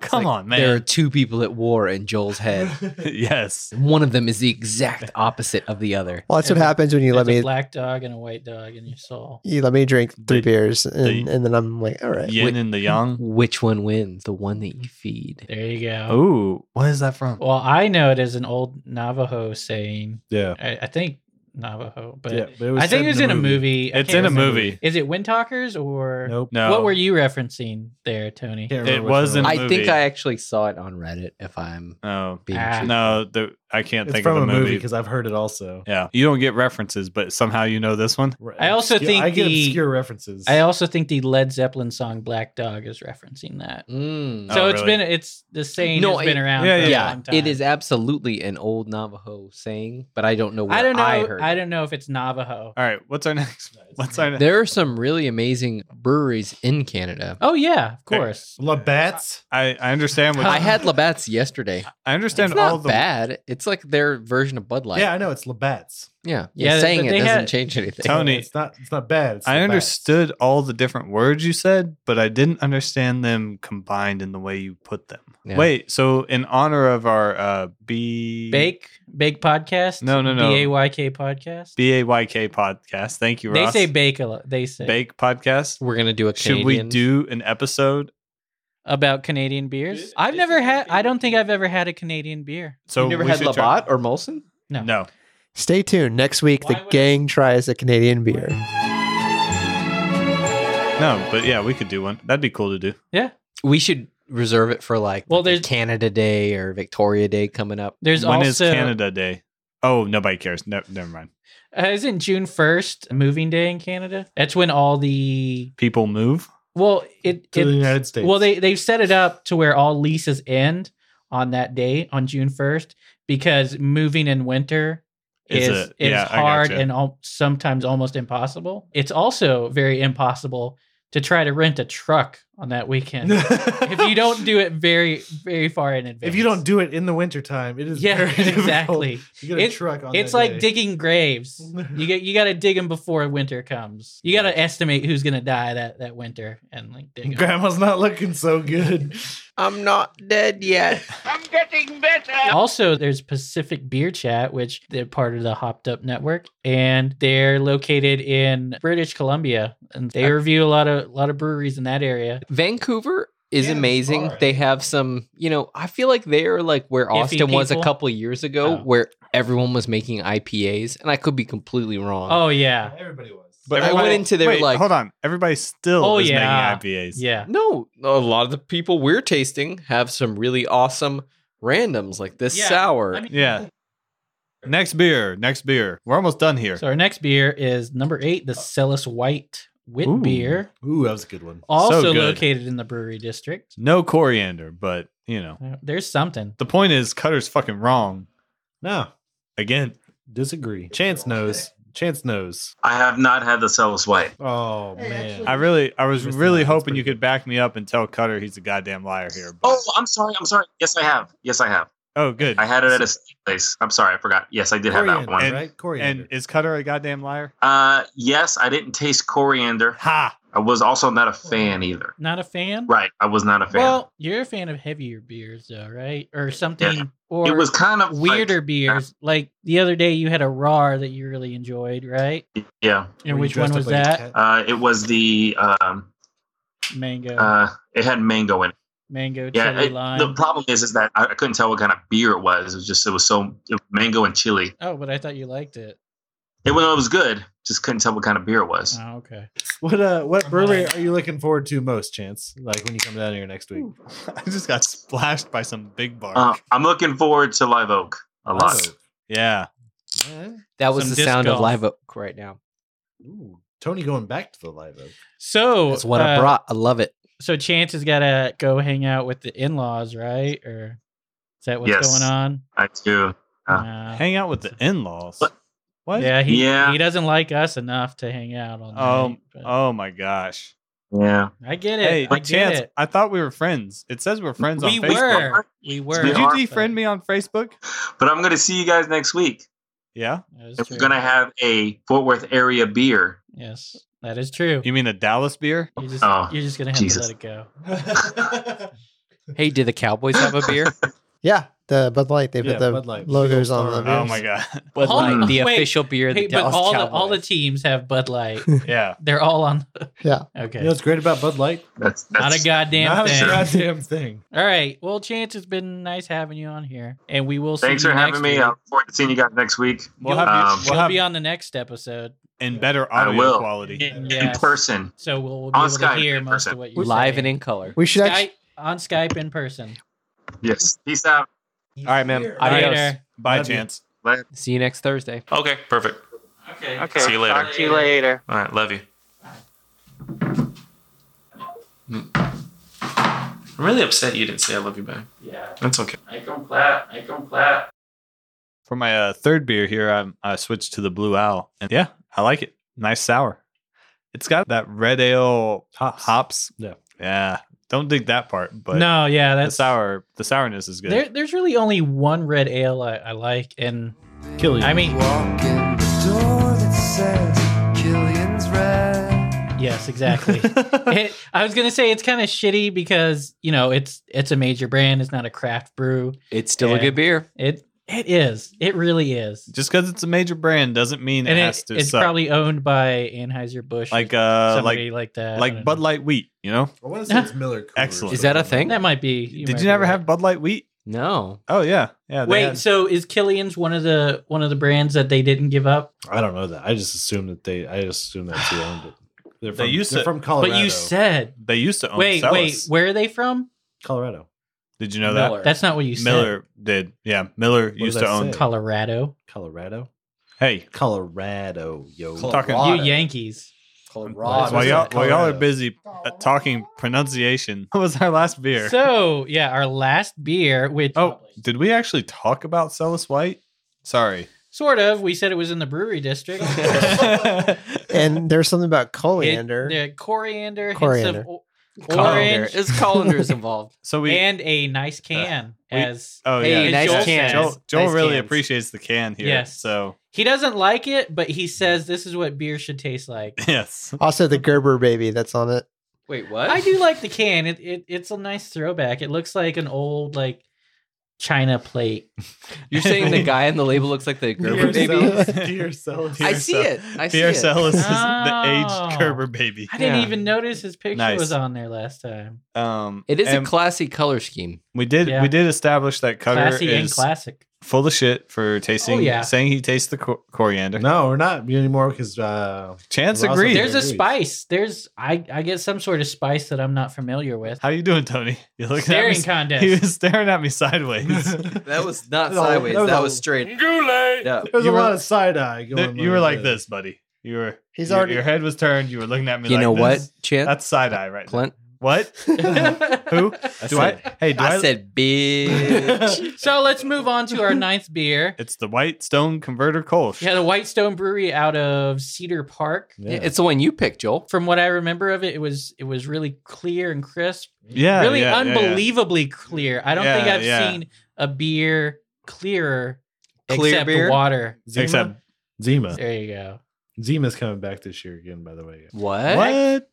S6: Come on,
S4: there are
S6: man.
S4: two people at war in Joel's head.
S6: yes.
S4: One of them is the exact opposite of the other.
S7: well, that's what happens when you let
S3: There's a
S7: me.
S3: black dog and a white dog in your soul.
S7: You let me drink three
S6: The-
S7: beers, and, and then I'm like, all right.
S6: Yin and the Yang.
S4: Which one wins? The one that you feed.
S3: There you
S7: Oh.
S3: go.
S6: Ooh, what is that from?
S3: Well, I know it as an old Navajo saying.
S8: Yeah.
S3: I, I think Navajo, but
S8: yeah, but it
S3: I think
S8: said
S3: it was in a movie. I
S6: It's in
S3: can't
S6: a
S3: remember.
S6: movie.
S3: Is it Wind Talkers or
S8: Nope.
S6: No,
S3: what were you referencing there, Tony?
S8: Can't
S6: It
S8: remember which
S6: was
S8: one
S6: in-
S4: I
S6: movie.
S4: think I actually saw it on Reddit. If I'm
S6: Oh,
S4: being
S3: Ah.
S4: truthful.
S6: no, the, I can't
S8: It's
S6: think
S8: from
S6: of
S8: a
S6: the
S8: movie
S6: movie.
S8: because I've heard it also.
S6: Yeah. You don't get references, but somehow you know this one.
S8: Re-
S3: I also
S8: obscure-
S3: think
S8: I get
S3: the-
S8: obscure references.
S3: I also think the Led Zeppelin song Black Dog is referencing that.
S4: Mm.
S6: Oh,
S3: So it's
S6: really?
S3: been it's the saying
S4: No,
S3: has been
S4: it-
S3: around
S6: yeah,
S3: for a
S4: yeah,
S3: long time.
S4: it is absolutely an old Navajo saying, but I don't know. Where
S3: I don't know. I,
S4: heard.
S3: don't know if it's Navajo.
S6: All right. What's our next? What's our
S4: it.
S6: next?
S4: There are some really amazing breweries in Canada.
S3: Oh yeah, of course.
S8: Labatt's.
S6: I, I understand what
S4: I had Labatt's yesterday.
S6: I
S4: It's
S6: understand
S4: not
S6: all the
S4: bad. It's like their version of Bud Light.
S8: yeah, I know it's Labatt's.
S4: yeah.
S3: Yeah,
S4: yeah saying
S3: but
S4: it
S3: they
S4: doesn't
S3: had-
S4: change anything.
S6: Tell- Tony,
S8: it's not. It's not bad. It's
S6: I
S8: Labatt's.
S6: understood all the different words you said, but I didn't understand them combined in the way you put them.
S4: Yeah.
S6: Wait, so in honor of our uh B
S3: Bake Bake podcast.
S6: No, no, no.
S3: B a y k podcast.
S6: B A Y K podcast. Thank you,
S3: they
S6: Ross.
S3: say bake a lot. They say
S6: Bake podcast.
S4: We're gonna do a
S6: Should
S4: Canadian.
S6: we do an episode?
S3: about Canadian beers.
S6: Dude,
S3: I've
S6: this
S3: never
S6: is
S3: had.
S6: my
S3: I don't think I've ever had a Canadian beer.
S6: So
S4: you never
S6: we
S4: had
S6: should
S4: Labatt
S6: try-
S4: or Molson?
S3: No.
S6: No.
S7: Stay tuned. Next week,
S3: Why
S7: the
S3: would-
S7: gang tries a Canadian beer.
S6: No, but yeah, we could do one. That'd be cool to do.
S4: We should reserve it for like
S3: Well,
S4: well, there's
S3: there's-
S4: Canada Day or Victoria Day coming up.
S3: There's
S6: when
S3: also
S6: is Canada Day? Oh, nobody cares. No, never mind.
S3: Uh, isn't June first moving day in Canada? That's when all the
S6: People move.
S3: well it
S8: to
S3: it-
S8: the United States.
S3: well they they've set it up to where all leases end on that day on June first because moving in winter
S6: Is
S3: is
S6: it-
S3: is
S6: yeah, I
S3: hard
S6: gotcha.
S3: and al- sometimes almost impossible. It's also very impossible to try to rent a truck on that weekend if you don't do it very very far in advance.
S8: if you don't do it in the wintertime, it is
S3: yeah,
S8: very difficult.
S3: exactly.
S8: You get a
S3: It-
S8: truck on
S3: It's
S8: that
S3: like
S8: day.
S3: digging graves. You get you got to dig them before winter comes. You got to estimate who's gonna die that that winter and like dig 'em.
S8: Grandma's not looking so good.
S4: I'm not dead yet.
S3: Also, there's Pacific Beer Chat, which they're part of the Hopped Up Network, and they're located in British Columbia, and they review a lot of lot of breweries in that area.
S4: Vancouver is
S8: Yeah,
S4: amazing.
S8: far.
S4: They have some, you know, I feel like they're like where
S3: Iffy
S4: Austin was a
S3: people.
S4: couple years ago,
S3: Oh.
S4: where everyone was making IPAs, and I could be completely wrong.
S3: Oh yeah,
S8: Everybody was.
S4: But I went into there
S6: wait,
S4: like-
S6: hold on. Everybody still
S3: Oh,
S6: is
S3: yeah.
S6: making IPAs.
S3: yeah.
S4: No, a lot of the people we're tasting have some really awesome randoms like this
S3: Yeah,
S4: sour.
S3: I mean-
S6: Yeah. Next beer. Next beer. We're almost done here.
S3: So our next beer is number eight, the Cellus White Wit
S6: Ooh.
S3: beer,
S8: Ooh, that was a good one.
S3: also
S6: good.
S3: located in the brewery district. Uh,
S6: No coriander, but you know.
S3: There's something.
S6: The point is Cutter's fucking wrong.
S8: No,
S6: Again.
S8: disagree. Chance knows. Chance knows.
S9: I have not had the Cellus White.
S8: Oh
S10: Hey,
S8: man,
S10: actually-
S6: I really I was
S8: Missed
S6: really
S8: that. That's
S6: hoping
S8: pretty
S6: you could back me up and tell Cutter he's a goddamn liar here. But,
S9: Oh, I'm sorry. I'm sorry. Yes, I have. Yes, I have.
S6: oh good.
S9: I had it at a steak place. I'm sorry. I forgot. Yes, I did have that
S8: coriander,
S9: one.
S6: And-
S8: right? Coriander.
S6: and is Cutter a goddamn liar?
S9: Uh, yes, I didn't taste coriander.
S6: Ha!
S9: I was also not a fan either.
S3: Not a fan?
S9: Right. I was not a fan.
S3: Well, you're a fan of heavier beers, though, right? Or something, or
S9: it was kind of like- uh,
S3: weirder beers. Like the other day, you had a raw that you really enjoyed, right?
S9: yeah.
S8: Were you
S3: And which one
S8: dressed up
S3: was
S8: like a
S3: that?
S8: cat?
S9: Uh, it was the um,
S3: Mango,
S9: uh, it had mango in it.
S3: mango,
S9: Yeah.
S3: chili
S9: it-
S3: lime.
S9: the problem is, is that I, I couldn't tell what kind of beer it was. It was just it was so it was mango and chili.
S3: oh, but I thought you liked it.
S9: It was, it was good. Just couldn't tell what kind of beer it was.
S3: Oh, okay.
S8: What uh, what brewery are you looking forward to most, Chance? Like when you come down here next week?
S6: I just got splashed by some big bark.
S9: Uh, I'm looking forward to Live Oak a lot.
S8: Also,
S6: yeah.
S8: eh?
S4: That was
S3: Some
S4: the
S3: disc
S4: sound
S3: golf.
S4: of Live Oak right now.
S8: Ooh, Tony going back to the live oak.
S3: So
S4: That's what I
S3: uh,
S4: brought. I love it.
S3: So Chance has got to go hang out with the in-laws, right? Or is that what's
S9: Yes.
S3: going on?
S9: I do. Uh,
S3: Nah.
S6: Hang out with the in-laws.
S9: What?
S6: What?
S3: Yeah, he
S9: Yeah.
S3: he doesn't like us enough to hang out on.
S6: Oh, oh my gosh.
S9: Yeah.
S3: I get it.
S6: Hey,
S3: I get
S6: Chance,
S3: it.
S6: I thought we were friends. It says we're friends
S3: we
S6: on Facebook.
S3: were, we were.
S6: Did you
S9: are
S6: defriend me on Facebook?
S9: But I'm going to see you guys next week.
S6: Yeah.
S3: That is
S9: And
S3: true.
S9: We're going to have a Fort Worth area beer.
S3: Yes, that is true.
S6: You mean a Dallas beer?
S3: You're just,
S9: Oh,
S3: you're just gonna have
S9: Jesus.
S3: to let it go.
S4: Hey, do the Cowboys have a beer?
S7: Yeah, the Bud Light. They
S8: Yeah,
S7: put the
S8: Bud Light.
S7: logos
S8: Big
S7: on
S8: old
S7: them.
S8: star.
S6: Oh my god.
S4: Bud
S3: Hold
S4: Light,
S3: on,
S4: the
S3: wait.
S4: official beer. of
S3: Hey,
S4: the
S3: but
S4: Dallas
S3: all the
S4: Cowboys.
S3: all the teams have Bud Light.
S6: Yeah.
S3: They're all on.
S7: Yeah.
S3: Okay.
S8: You know what's great about Bud Light?
S9: That's, that's
S3: Not a goddamn
S8: Not
S3: thing.
S8: a goddamn thing.
S3: All right. Well, Chance, it's been nice having you on here, and we will.
S9: Thanks
S3: see you
S9: for having
S3: next
S9: me.
S3: Week.
S9: I look forward to seeing you guys next week
S6: We'll
S3: You'll-
S6: have you,
S9: um,
S6: we'll
S3: She'll
S6: have
S3: be on the next episode,
S6: in better
S9: I
S6: audio
S9: will.
S6: quality.
S9: in, in
S3: Yes.
S9: person.
S3: so we'll, we'll be
S9: On
S3: able
S9: Skype
S3: to hear
S9: in
S3: most
S9: person.
S3: of what you're
S4: live and
S3: saying.
S4: in color.
S7: We should actually.
S3: Skype, on Skype in person.
S9: Yes. Peace out.
S4: All right, man. Adios.
S3: Later.
S6: By
S8: Love you.
S6: chance.
S4: See you next Thursday.
S5: Okay, perfect.
S3: Okay.
S5: Okay. See you later. Talk to you later. All right, love you. I'm really upset you didn't say I love you back. Yeah. That's okay.
S6: For my uh, third beer here, I'm, I switched to the Blue Owl, and yeah, I like it. Nice sour. It's got that red ale hops.
S8: Yeah.
S6: yeah. Don't dig that part, but
S3: no, yeah,
S6: the
S3: that's
S6: sour, the sourness is good.
S3: There, there's really only one red ale I, I like, and
S8: Kill you.
S3: I mean,
S11: Walk in the door that says Killian's Red.
S3: yes, exactly. It- I was gonna say it's kind of shitty because you know it's it's a major brand. It's not a craft brew.
S4: It's still
S3: Yeah.
S4: a good beer.
S3: It it is. It really is.
S6: Just because it's a major brand doesn't mean
S3: and
S6: it
S3: it-
S6: has to
S3: it's
S6: suck.
S3: probably owned by Anheuser Busch,
S6: like uh,
S3: somebody
S6: like
S3: like that. I
S6: like
S3: don't
S6: Bud
S3: know.
S6: Light wheat. You know?
S8: I want to say it's Miller. Coors.
S6: Excellent.
S4: Is that a thing?
S3: That might be. might
S6: Did
S3: be
S6: you never
S3: right.
S6: have Bud Light wheat?
S4: No.
S6: Oh yeah, yeah. they
S3: Wait,
S6: had-
S3: so is Killian's one of the one of the brands that they didn't give up?
S8: I don't know that. I just assume that they. I just assume that they owned it. They're
S6: They
S8: from,
S6: used
S8: they're
S6: to-
S8: from Colorado.
S3: But you said.
S6: they used to own.
S3: Wait,
S6: Cellus.
S3: wait. Where are they from?
S8: Colorado.
S6: Did you know
S4: Miller.
S3: That's not what you
S6: that?
S3: said.
S6: Miller did. Yeah, Miller
S8: did
S6: used
S8: I
S6: to own.
S8: say?
S3: Colorado.
S8: Colorado.
S6: Hey,
S8: Colorado. Yo.
S6: Col- Talking-
S3: You Yankees.
S8: Colorado.
S6: while
S8: that's
S6: y'all,
S8: right.
S6: while y'all are
S8: Colorado.
S6: busy uh, talking pronunciation, what was our last beer?
S3: So yeah, our last beer, which
S6: oh, did we actually talk about Celis White? Sorry.
S3: sort of, we said it was in the brewery district.
S7: And there's something about
S3: It-
S7: coriander.
S3: the coriander, hints
S7: Coriander.
S3: of o-
S4: Colander.
S3: orange,
S4: It's colanders involved.
S6: so we. Uh,
S3: and a nice can.
S6: we-
S3: as
S6: oh
S4: Hey,
S6: yeah,
S4: nice
S6: Joel,
S4: cans.
S6: Joel, Joel
S4: Nice
S6: really
S4: cans.
S6: appreciates the can here.
S3: Yes.
S6: So
S3: he doesn't like it, but he says this is what beer should taste like.
S6: yes.
S7: also, the Gerber baby that's on it.
S4: Wait, what?
S3: I do like the can. It, it it's a nice throwback. It looks like an old like china plate.
S4: You're saying the guy in the label looks like the Gerber
S8: Dear
S4: baby?
S8: Celis.
S6: baby.
S8: Dear Celis.
S4: I see it. I see
S6: Pierre
S4: it.
S6: Celis is the
S3: Oh.
S6: aged Kerber baby.
S3: I didn't
S4: Yeah.
S3: even notice his picture
S6: Nice.
S3: was on there last time.
S6: Um,
S4: It is a
S6: and
S4: classy color scheme.
S6: we did
S3: Yeah.
S6: we did establish that Cutter
S3: Classy and
S6: is
S3: classic.
S6: full of shit for tasting
S3: Oh, yeah.
S6: saying he tastes the cor- coriander.
S8: No, we're not anymore because uh,
S6: Chance
S8: We're also-
S6: agreed.
S3: There's a
S8: agrees.
S3: spice. There's I I get some sort of spice that I'm not familiar with.
S6: How you doing, Tony? You looking
S3: Staring
S6: at me?
S3: contest.
S6: He was staring at me sideways.
S4: That was not
S8: That was-
S4: sideways.
S8: that was
S4: That
S8: a-
S4: was straight.
S5: Goulet.
S4: up.
S8: there's
S6: You
S8: a
S6: were-
S8: lot of side eye going.
S6: Th-
S8: on
S6: you were like
S8: there.
S6: this, buddy. You were He's
S12: He's
S6: your,
S12: already.
S6: your head was turned. You were looking at me.
S4: you
S6: like
S4: know
S6: this.
S4: what, Chance?
S6: That's side eye right
S4: Clint.
S6: there. What? Who? do I? Hey, do I?
S4: I said, bitch.
S3: So let's move on to our ninth beer.
S6: it's the White Stone Converter Kolsch.
S3: Yeah, the Whitestone Brewery out of Cedar Park.
S8: Yeah.
S4: Yeah, It's the one you picked, Joel.
S3: From what I remember of it, it was it was really clear and crisp.
S6: yeah,
S3: really
S6: yeah, yeah, yeah.
S3: unbelievably clear. I don't think
S6: Yeah,
S3: I've
S6: yeah.
S3: seen a beer clearer
S4: Clear
S3: except
S4: beer?
S3: water.
S8: Zima?
S6: Except-
S8: Zima.
S3: There you go.
S8: Zima's coming back this year again, by the way.
S4: What?
S6: What?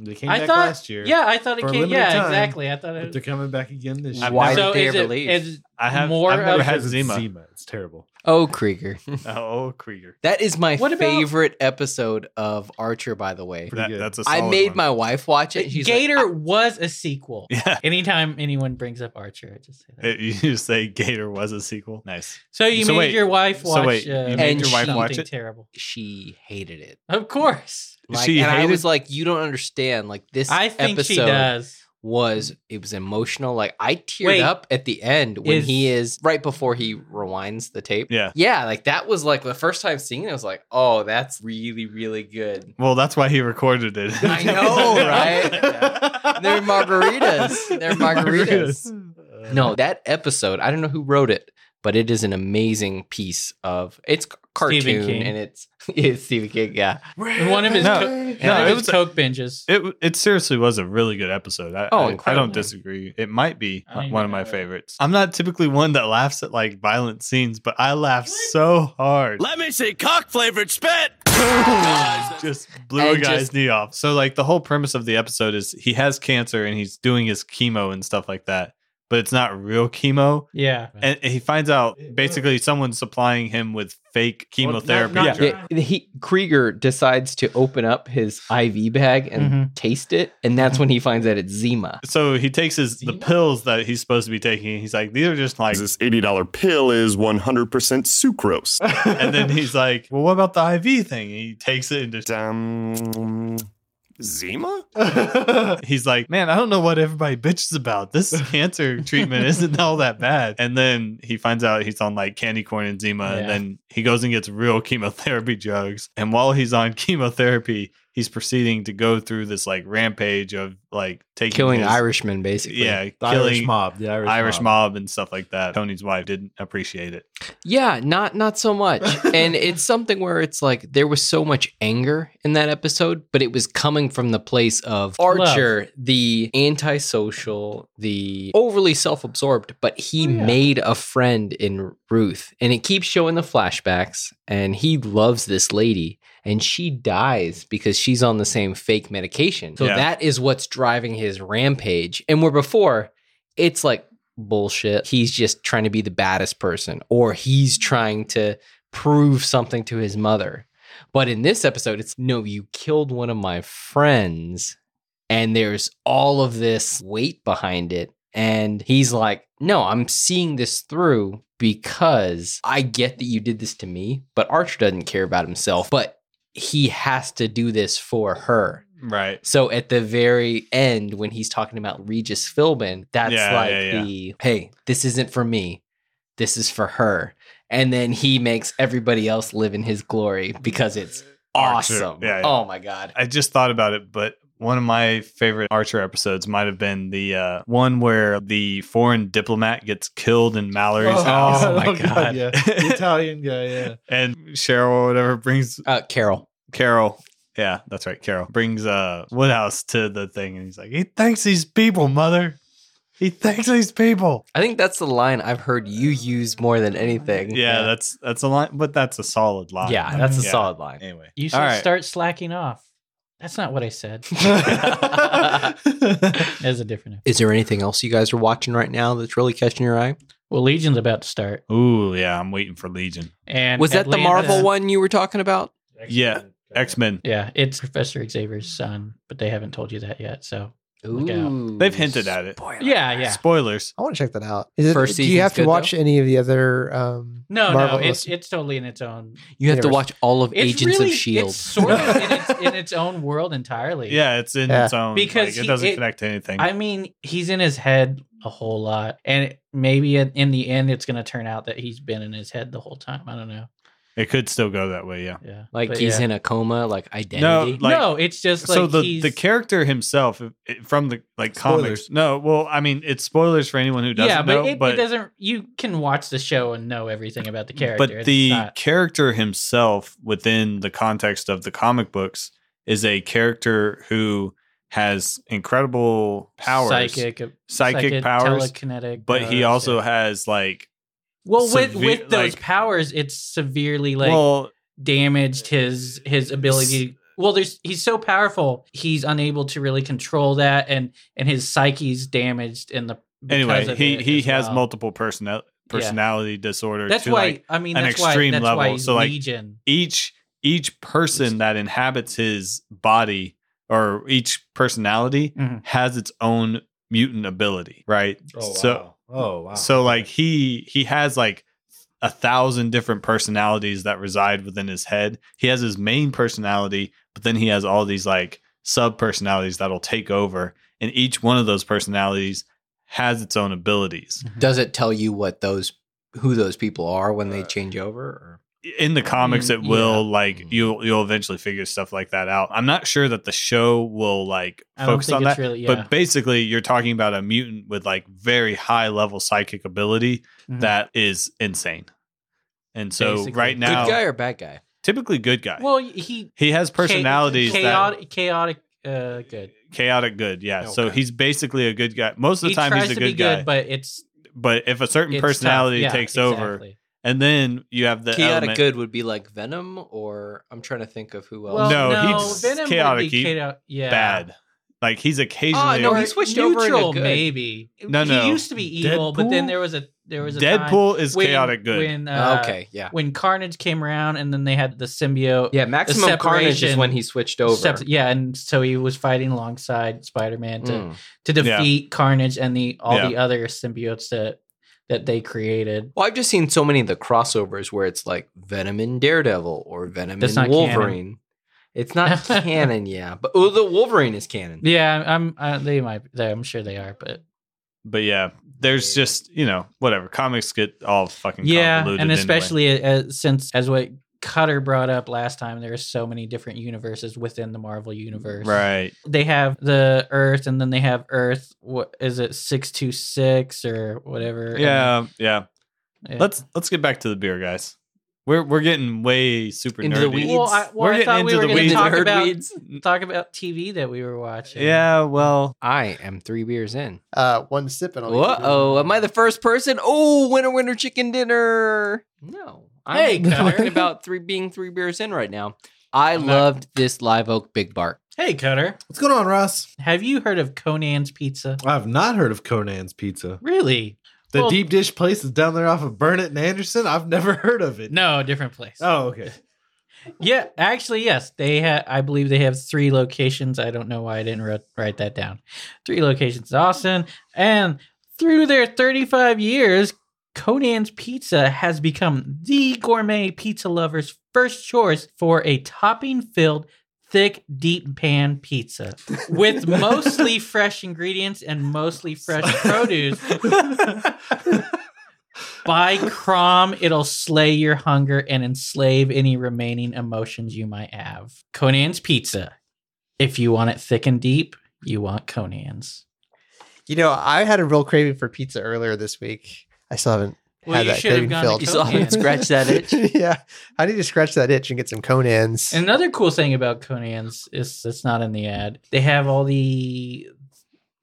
S8: They came
S3: I
S8: back
S3: thought-
S8: last year.
S3: Yeah, I thought it
S8: For a
S3: came.
S8: limited
S3: Yeah,
S8: time,
S3: exactly. I thought
S8: But
S3: it
S8: they're coming back again this year.
S6: I've Why
S4: did
S3: so
S4: they
S3: is
S4: ever
S3: it,
S4: leave?
S3: is-
S6: I have.
S3: More
S6: I've never
S3: of-
S6: had
S8: It's
S6: Zima.
S8: Zima. It's terrible.
S4: Oh, Krieger.
S6: Oh, Krieger.
S4: That is my
S3: What about-
S4: favorite episode of Archer, by the way.
S8: Pretty
S6: That,
S8: good.
S6: that's a
S4: I
S6: solid
S4: made
S6: one.
S4: my wife watch it. and She's
S3: Gator
S4: Like,
S3: was a sequel.
S6: Yeah.
S3: Anytime anyone brings up Archer, I just say that.
S6: It- you say Gator was a sequel. Nice.
S3: so you
S6: so
S3: made
S6: wait,
S3: your wife
S6: so
S3: watch.
S6: wait,
S3: uh,
S6: you
S4: made your wife
S3: something
S6: watch it?
S3: Terrible.
S4: she hated it.
S3: Of course.
S4: Like,
S6: She
S4: and I
S6: hated-
S4: was like, you don't understand. Like this
S3: I think
S4: episode
S3: she does.
S4: was it was emotional. Like I teared
S3: Wait,
S4: up at the end when
S3: is-
S4: he is right before he rewinds the tape.
S6: Yeah.
S4: Yeah, like that was like the first time seeing it, I was like, oh, that's really, really good.
S6: Well, that's why he recorded it.
S4: I know, right? They're margaritas. They're margaritas. No, that episode, I don't know who wrote it, but it is an amazing piece of it's c- cartoon
S3: King.
S4: and it's it's Stephen King, yeah.
S3: And Uh, one of his
S6: No,
S3: co-
S6: no,
S3: one of
S6: it
S3: his
S6: was-
S3: coke binges.
S6: It it seriously was a really good episode. I,
S4: Oh,
S6: I- I,
S4: incredible.
S6: don't disagree. It might be
S3: I uh, don't even
S6: one of my
S3: know.
S6: favorites. I'm not typically one that laughs at like violent scenes, but I laughed so hard.
S12: Let me see cock flavored spit.
S6: just blew
S4: And
S6: a guy's
S4: just-
S6: knee off. So like the whole premise of the episode is he has cancer and he's doing his chemo and stuff like that, but it's not real chemo.
S3: Yeah.
S6: And he finds out basically someone's supplying him with fake chemotherapy.
S8: not-
S6: drugs.
S4: Yeah, he Krieger decides to open up his IV bag and
S3: Mhm.
S4: taste it, and that's when he finds that it's Zima.
S6: So he takes his the pills that he's supposed to be taking. and He's like, these are just like
S12: this $80 pill is 100% sucrose.
S6: and then he's like, Well, what about the IV thing? And he takes it and just
S12: Damn. Zima?
S6: he's like, man, I don't know what everybody bitches about. This cancer treatment isn't all that bad. And then he finds out he's on like candy corn and Zima,
S3: Yeah.
S6: and then he goes and gets real chemotherapy drugs. And while he's on chemotherapy, he's proceeding to go through this like rampage of like taking
S4: Killing
S6: his-
S4: Irishman, basically.
S6: yeah,
S8: The
S6: killing
S8: Irish mob. The Irish,
S6: Irish mob and stuff like that. Tony's wife didn't appreciate it.
S4: Yeah, not not so much. and it's something where it's like there was so much anger in that episode, but it was coming from the place of Archer, the antisocial, the overly self-absorbed, but he
S3: Oh, yeah.
S4: made a friend in Ruth. And it keeps showing the flashbacks and he loves this lady and she dies because she's on the same fake medication. So
S6: Yeah.
S4: that is what's driving his rampage. And where before it's like bullshit. He's just trying to be the baddest person, or he's trying to prove something to his mother. But in this episode, it's no, you killed one of my friends, and there's all of this weight behind it. And he's like, no, I'm seeing this through because I get that you did this to me, but Archer doesn't care about himself, but he has to do this for her.
S6: Right.
S4: So at the very end, when he's talking about Regis Philbin, that's
S6: Yeah,
S4: like
S6: yeah, yeah.
S4: the hey, this isn't for me, this is for her. And then he makes everybody else live in his glory because it's
S6: Archer.
S4: awesome.
S6: Yeah, yeah.
S4: Oh my god.
S6: I just thought about it, but one of my favorite Archer episodes might have been the uh, one where the foreign diplomat gets killed in Mallory's
S7: Oh,
S3: Oh,
S6: house. Oh
S4: my God.
S8: yeah. The Italian guy, yeah.
S6: and Cheryl or whatever brings
S4: Uh, Carol.
S6: Carol. Yeah, that's right. Carol brings uh, Woodhouse to the thing, and he's like, "He thanks these people, mother. He thanks these people."
S4: I think that's the line I've heard you use more than anything.
S6: Yeah, that's that's a line, but that's a solid line.
S4: yeah, that's a
S6: Yeah.
S4: solid line.
S6: Anyway,
S3: You should
S6: All right.
S3: start slacking off. That's not what I said. That's a different.
S4: Is there anything else you guys are watching right now that's really catching your eye?
S3: Well, Legion's about to start.
S6: ooh, yeah, I'm waiting for Legion.
S3: And
S4: Was that the
S3: Atlanta-
S4: Marvel one you were talking about?
S6: Yeah, X Men.
S3: Yeah, it's Professor Xavier's son, but they haven't told you that yet. So Look out.
S6: They've hinted at it.
S4: Spoiler.
S3: yeah, yeah.
S6: Spoilers.
S7: I want to check that out. Is it,
S4: First
S7: do you
S4: season's
S7: have to
S4: good,
S7: watch
S4: though?
S7: any of the other? Um,
S3: No,
S7: Marvel
S3: no, it's
S7: list-
S3: it's totally in its own.
S4: You have to
S7: Universe.
S4: watch all of
S3: It's
S4: Agents
S3: really,
S4: of Shield.
S3: It's sort of in its, in its own world entirely.
S6: Yeah, it's in
S7: Yeah.
S6: its own.
S3: Because
S6: Because it
S3: he-
S6: doesn't
S3: it-
S6: connect to anything.
S3: I mean, he's in his head a whole lot, and it- maybe in, in the end, it's going to turn out that he's been in his head the whole time. I don't know.
S6: It could still go that way, yeah.
S3: Yeah.
S4: Like
S3: But
S4: he's
S3: yeah.
S4: in a coma, like identity.
S6: like-
S3: no, it's just like
S6: so the
S3: he's,
S6: the character himself it- from the like comics.
S7: Spoilers.
S6: No, well, I mean it's spoilers for anyone who doesn't
S3: yeah, but,
S6: know,
S3: it, it
S6: but
S3: doesn't. You can watch the show and know everything about the character.
S6: but
S3: It's
S6: the
S3: not-
S6: character himself within the context of the comic books is a character who has incredible powers,
S3: psychic, uh, psychic,
S6: psychic powers,
S3: telekinetic.
S6: but he
S3: powers,
S6: also
S3: yeah.
S6: has like,
S3: well with
S6: severe-
S3: with those
S6: like-
S3: powers, it's severely like
S6: well,
S3: damaged his his ability. Well, there's he's so powerful, he's unable to really control that, and and his psyche's damaged. In the because
S6: anyway,
S3: of
S6: he
S3: it
S6: he
S3: as
S6: has
S3: well.
S6: multiple personal personality disorder.
S3: That's
S6: to,
S3: why
S6: like,
S3: I mean
S6: an
S3: that's
S6: extreme
S3: why that's why
S6: level.
S3: he's
S6: So, like,
S3: legion.
S6: each each person that inhabits his body or each personality
S3: Mhm.
S6: has its own mutant ability, right?
S8: Oh,
S6: so
S8: wow. oh wow.
S6: so like he he has like a thousand different personalities that reside within his head. He has his main personality, but then he has all these like sub personalities that'll take over, and each one of those personalities has its own abilities.
S4: Does it tell you what those who those people are when
S6: Uh,
S4: they change over? Or?
S6: in the comics it
S3: Mm, yeah.
S6: will like you'll you'll eventually figure stuff like that out i'm not sure that the show will like
S3: Mm-hmm. I don't
S6: focus
S3: think
S6: on
S3: it's
S6: that
S3: really- yeah.
S6: but basically you're talking about a mutant with like very high level psychic ability
S3: Mhm.
S6: that is insane and so
S3: Basically.
S6: right now
S4: Good guy or bad guy?
S6: typically good guy
S3: Well, he
S6: he has personalities
S3: cha-
S6: that
S3: chaotic, chaotic, uh, good.
S6: chaotic good yeah so
S4: Okay.
S6: he's basically a good guy most of the
S3: he
S6: time
S3: tries
S6: he's a
S3: to
S6: good,
S3: be
S6: guy
S3: good, but it's
S6: but if a certain
S3: it's tough.
S6: personality
S3: Yeah,
S6: takes over
S3: exactly.
S6: and then you have the
S4: chaotic
S6: element
S4: good would be like Venom, or I'm trying to think of who else.
S3: Well,
S6: No,
S3: no,
S6: he's
S3: Venom would be
S6: chaotic. He-
S3: chao- yeah.
S6: bad like he's
S4: Oh,
S6: occasionally
S4: no,
S6: a-
S4: he
S3: Or
S4: switched over into
S3: neutral,
S4: good.
S3: maybe.
S6: No, no.
S3: He used to be evil, but then there was a there was a time
S6: Deadpool is
S3: when-
S6: chaotic good.
S3: When, uh,
S4: okay, yeah,
S3: When Carnage came around, and then they had the symbiote.
S4: yeah. Maximum Carnage is
S3: separation-
S4: when he switched over.
S3: steps- yeah, and so he was fighting alongside Spider-Man to,
S4: Mm.
S3: to
S6: Yeah.
S3: defeat Carnage and the all
S6: Yeah.
S3: the other symbiotes that that they created.
S4: Well, I've just seen so many of the crossovers where it's like Venom and Daredevil or Venom
S3: That's
S4: and
S3: not canon.
S4: Wolverine. It's not canon, yeah, but oh, the Wolverine is canon.
S3: Yeah, I'm. Uh, they might. They, I'm sure they are, but
S6: but yeah, there's just you know whatever comics get all fucking
S3: yeah,
S6: convoluted
S3: and
S6: anyway.
S3: especially as, since as what Cutter brought up last time, there are so many different universes within the Marvel universe.
S6: right.
S3: They have the Earth, and then they have Earth. What is it? Six two six or whatever. and-
S6: Yeah, yeah.
S3: yeah.
S6: Let's let's get back to the beer, guys. We're we're getting way super
S4: Into the
S6: nerdy.
S4: weeds.
S3: Well, I, well,
S6: We're
S3: I
S6: getting
S3: thought we
S6: into
S3: were
S6: the
S3: going to
S6: weeds.
S3: talk
S4: Nerd
S3: about
S4: weeds.
S3: talk about TV that we were watching.
S6: Yeah, well,
S4: I am three beers in.
S7: Uh, one sip and I'll.
S4: Whoa, oh, am I the first person? Oh, winner, winner, chicken dinner. No,
S3: Hey,
S4: I'm
S3: Connor.
S4: talking about three being three beers in right now. I loved this live oak big bark.
S3: Hey, Cutter,
S8: what's going on, Ross?
S3: have you heard of Conan's Pizza?
S8: I've not heard of Conan's Pizza.
S3: Really?
S8: The
S3: Well-
S8: deep dish place is down there off of Burnett and Anderson. I've never heard of it.
S3: No, different place.
S8: Oh, okay.
S3: Yeah, actually, yes. They have. I believe they have three locations. I don't know why I didn't wrote, write that down. Three locations, in Austin, and through their 35 years, Conan's Pizza has become the gourmet pizza lover's first choice for a topping-filled, thick, deep pan pizza with mostly fresh ingredients and mostly fresh produce. By Crom, it'll slay your hunger and enslave any remaining emotions you might have. Conan's Pizza. If you want it thick and deep, you want Conan's.
S7: You know, I had a real craving for pizza earlier this week. I still haven't
S3: Well,
S7: had
S3: you
S7: that
S3: should have
S7: craving
S3: gone to
S7: filled.
S4: You still haven't scratched that itch.
S7: yeah, I need to scratch that itch and get some Conan's.
S3: And another cool thing about Conan's is it's not in the ad. They have all the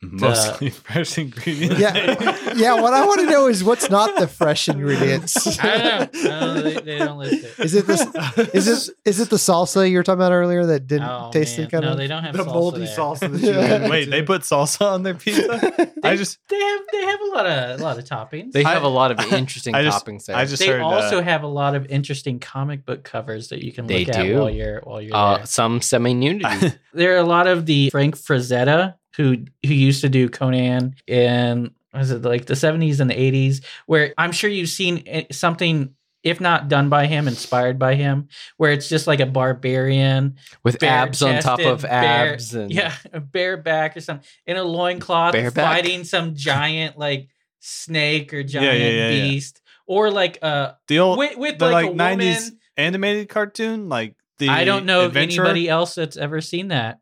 S3: Uh,
S6: mostly fresh ingredients.
S7: yeah, yeah. What I want to know is what's not the fresh ingredients.
S3: I don't know. I don't know, they, they don't list it.
S7: Is it this? Is this? Is it the salsa you were talking about earlier that didn't
S3: Oh,
S7: taste
S3: man.
S7: kind
S3: no,
S7: of?
S3: they don't have
S8: the
S3: salsa
S8: moldy
S3: there.
S8: salsa that
S7: Yeah.
S8: you
S6: Wait, they put salsa on their pizza? I just
S3: They have they have a lot of a lot of toppings.
S4: They
S6: I-
S4: have a lot of interesting
S6: I just-
S4: toppings there.
S6: I just
S3: they
S6: heard
S3: also
S6: uh,
S3: have a lot of interesting comic book covers that you can
S4: They
S3: look at
S4: do.
S3: while you're while you're
S4: uh,
S3: there.
S4: some semi nudity.
S3: there are a lot of the Frank Frazetta who who used to do Conan in was it like the 70s and the 80s where I'm sure you've seen it- something if not done by him inspired by him where it's just like a barbarian
S4: with abs on top of
S3: bare-chested, bare-
S4: abs and
S3: yeah a bareback or something in a loincloth
S4: Bareback?
S3: fighting some giant like snake or giant
S6: yeah, yeah, yeah.
S3: beast or like a
S6: the old
S3: with, with
S6: the,
S3: like,
S6: like, 90s
S3: a woman
S6: animated cartoon? Like the
S3: I don't know of
S6: adventure?
S3: anybody else that's ever seen that.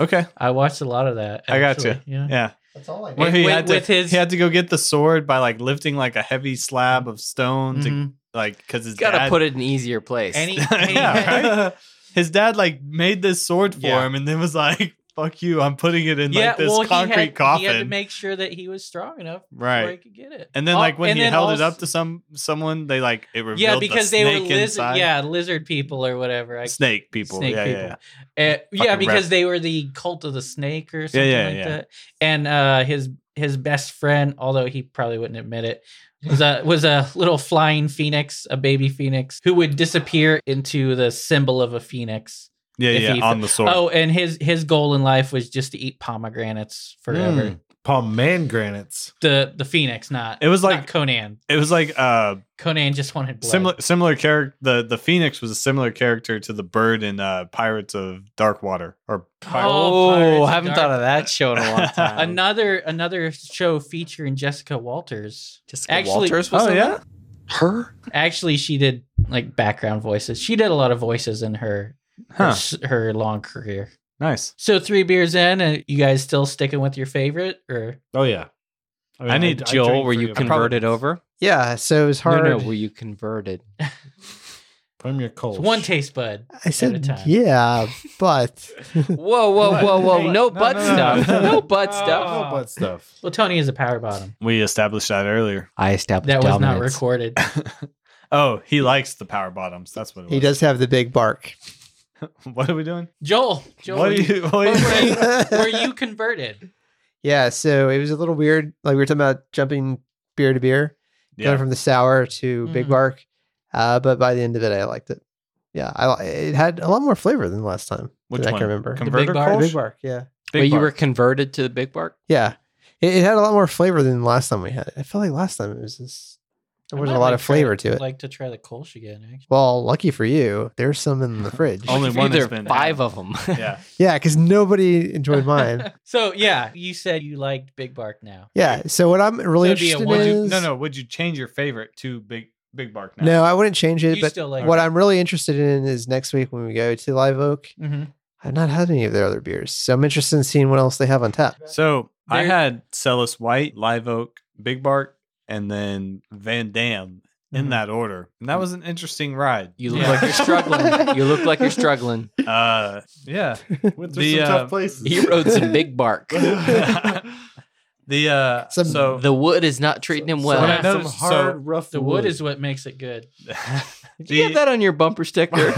S6: Okay,
S3: I watched a lot of that.
S6: I gotcha.
S3: actually. Yeah.
S6: yeah.
S7: That's all I
S6: Where
S3: It
S6: he
S3: went
S6: had to,
S3: with his-
S6: he had to go get the sword by like lifting like a heavy slab of stone to
S3: Mhm.
S6: like because his
S4: Got to
S6: dad-
S4: put it in an easier place.
S3: And he- and he had-
S6: yeah, right? His dad like made this sword for
S4: Yeah.
S6: him and then was like, "Fuck you, I'm putting it in
S3: yeah,
S6: like this
S3: well,
S6: concrete
S3: he had,
S6: coffin."
S3: He had to make sure that he was strong enough before he
S6: right.
S3: could get it.
S6: And then
S3: Oh,
S6: like when
S3: and
S6: he
S3: then
S6: held it
S3: also-
S6: up to some someone, they like it revealed
S3: yeah, because
S6: the
S3: they
S6: snake
S3: were lizard,
S6: inside.
S3: yeah, lizard people or whatever. I,
S6: snake people.
S3: Snake
S6: yeah,
S3: people.
S6: yeah, yeah.
S3: Uh, yeah,
S6: Fucking
S3: because
S6: rep-
S3: they were the cult of the snake or something
S6: yeah,
S3: like
S6: yeah.
S3: that. And uh, his his best friend, although he probably wouldn't admit it, was a was a little flying phoenix, a baby phoenix, who would disappear into the symbol of a phoenix.
S6: Yeah,
S3: If
S6: yeah,
S3: he-
S6: on the sword.
S3: Oh, and his his goal in life was just to eat pomegranates forever.
S8: Mm. Pomegranates.
S3: The the phoenix, not
S6: Hmm. It was
S3: not
S6: like-
S3: Conan.
S6: It was like uh
S3: Conan just wanted blood.
S6: similar similar character the the phoenix was a similar character to the bird in uh Pirates of Dark Water or Pirates.
S3: Oh,
S4: oh,
S3: Pirates
S4: I haven't
S3: of
S4: thought of that show in a long time.
S3: Another another show featuring Jessica Walters.
S4: Jessica
S3: Actually-
S4: Walters was
S6: Oh,
S4: in
S6: yeah?
S4: that? Her?
S3: Actually, she did like background voices. She did a lot of voices in her her
S6: Huh.
S3: s her long career.
S6: Nice.
S3: So three beers in, and you guys still sticking with your favorite, or
S8: Oh yeah. mean,
S4: I need
S8: I
S4: Joel.
S8: drink
S4: were
S8: for
S4: you
S8: I probably-
S4: converted over?
S7: Yeah, so it was hard.
S4: No, no. Were you converted?
S8: Put him your cold.
S3: it's one taste bud?
S7: I
S3: at
S7: said
S3: a time.
S7: yeah, but
S4: Whoa, whoa,
S8: What?
S4: whoa, whoa!
S8: Hey,
S4: No
S8: no,
S4: butt
S8: no, no, Oh,
S4: stuff.
S8: no.
S4: No butt stuff.
S8: No butt stuff.
S3: Well, Tony is a power bottom.
S6: We established that earlier.
S4: I established
S3: That was not
S4: dominance.
S3: recorded.
S6: oh, he likes the power bottoms. That's what it was.
S7: he does have the big bark.
S6: What are we doing?
S3: Joel, Joel,
S6: What are you? What are you
S3: Wait, were
S7: yeah,
S3: you converted?
S7: so it was a little weird. Like we were talking about jumping beer to beer,
S6: yeah.
S7: going from the sour to
S3: Mhm.
S7: big bark. Uh, but by the end of it, I liked it. Yeah, I li- it had a lot more flavor than last time.
S6: Which
S7: that I
S6: one?
S7: can remember. The
S6: Converter
S3: big bar-
S6: Kolsch?
S7: Big bark, yeah,
S6: Big
S4: Wait, you
S6: bar.
S4: were converted to the Big Bark?
S7: yeah. It, it had a lot more flavor than last time we had it. I felt like last time it was just there
S3: I
S7: wasn't
S3: might
S7: a lot
S3: like
S7: of flavor
S3: try,
S7: to it.
S3: Like to try the Kolsch again. Actually.
S7: well, lucky for you, there's some in the fridge.
S6: Only one
S4: There
S6: has
S4: are
S6: been
S4: five of them.
S6: Yeah.
S7: Yeah, because nobody enjoyed mine.
S3: so yeah, you said you liked Big Bark now.
S7: Yeah. So what I'm really
S3: So it'd be a
S7: interested
S3: one-
S7: in
S3: Would
S7: is
S6: No, no. Would you change your favorite to Big Big Bark now?
S7: no, I wouldn't change it.
S3: You
S7: but
S3: still like
S7: what
S3: it.
S7: I'm really interested in is next week when we go to Live Oak.
S3: Mm-hmm.
S7: I've not had any of their other beers, so I'm interested in seeing what else they have on tap.
S6: So I
S3: There-
S6: had Celis White, Live Oak, Big Bark, and then Van Dam in
S3: Mhm.
S6: that order. And that was an interesting ride.
S4: Mm-hmm. Mm. You look
S3: Yeah.
S4: like you're struggling. You look like you're struggling.
S6: Uh, yeah. The,
S8: Went through some
S6: uh,
S8: tough places.
S4: He rode some Big Bark.
S6: the uh,
S7: Some-
S6: so
S4: The wood is not treating him
S8: Some-
S6: What I
S4: well.
S6: know-
S8: some
S6: noticed-
S8: hard,
S6: so-
S8: rough.
S3: The wood is what makes it good.
S4: Did you have that on your bumper sticker?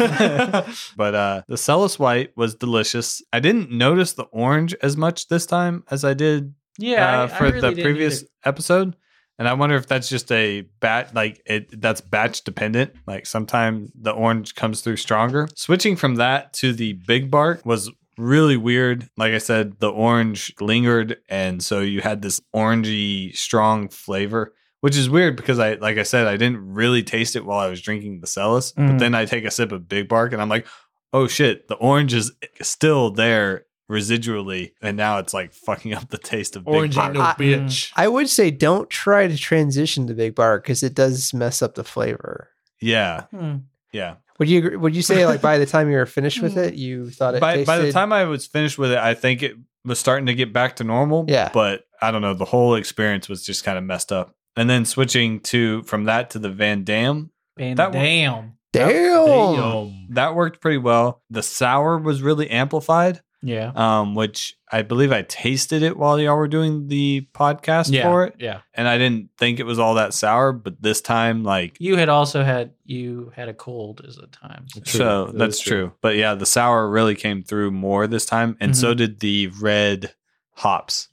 S6: but uh, the Celis White was delicious. I didn't notice the orange as much this time as I did
S3: Yeah,
S6: uh, for the previous episode. And I wonder if that's just a bat, like it that's batch dependent. Like sometimes the orange comes through stronger. Switching from that to the big bark was really weird. Like I said, the orange lingered, and so you had this orangey strong flavor. Which is weird because I, like I said, I didn't really taste it while I was drinking the Cellus. But
S3: Mhm.
S8: Mm.
S6: then I take a sip of Big Bark and I'm like, oh shit, the orange is still there residually, and now it's like fucking up the taste of Big
S8: orange.
S6: Bark.
S8: Ain't no
S7: I-
S8: bitch.
S7: I would say don't try to transition to Big Bar because it does mess up the flavor.
S6: Yeah,
S3: Hmm.
S6: yeah.
S7: Would you agree- would you say like by the time you were finished with it, you thought it
S6: By,
S7: tasted,
S6: by the time I was finished with it, I think it was starting to get back to normal.
S7: Yeah.
S6: But I don't know. The whole experience was just kind of messed up. And then switching to from that to the Van Dam,
S3: Van
S6: That one-
S3: Dam.
S7: damn,
S8: Damn.
S6: that worked pretty well. The sour was really amplified,
S3: Yeah.
S6: um, which I believe I tasted it while y'all were doing the podcast
S3: yeah.
S6: for it.
S3: Yeah.
S6: And I didn't think it was all that sour, but this time, like,
S3: You had also had you had a cold as a time.
S8: True.
S6: So
S8: That
S6: that's
S8: is
S6: true.
S8: true.
S6: But yeah, the sour really came through more this time, and
S3: Mm-hmm.
S6: so did the red hops,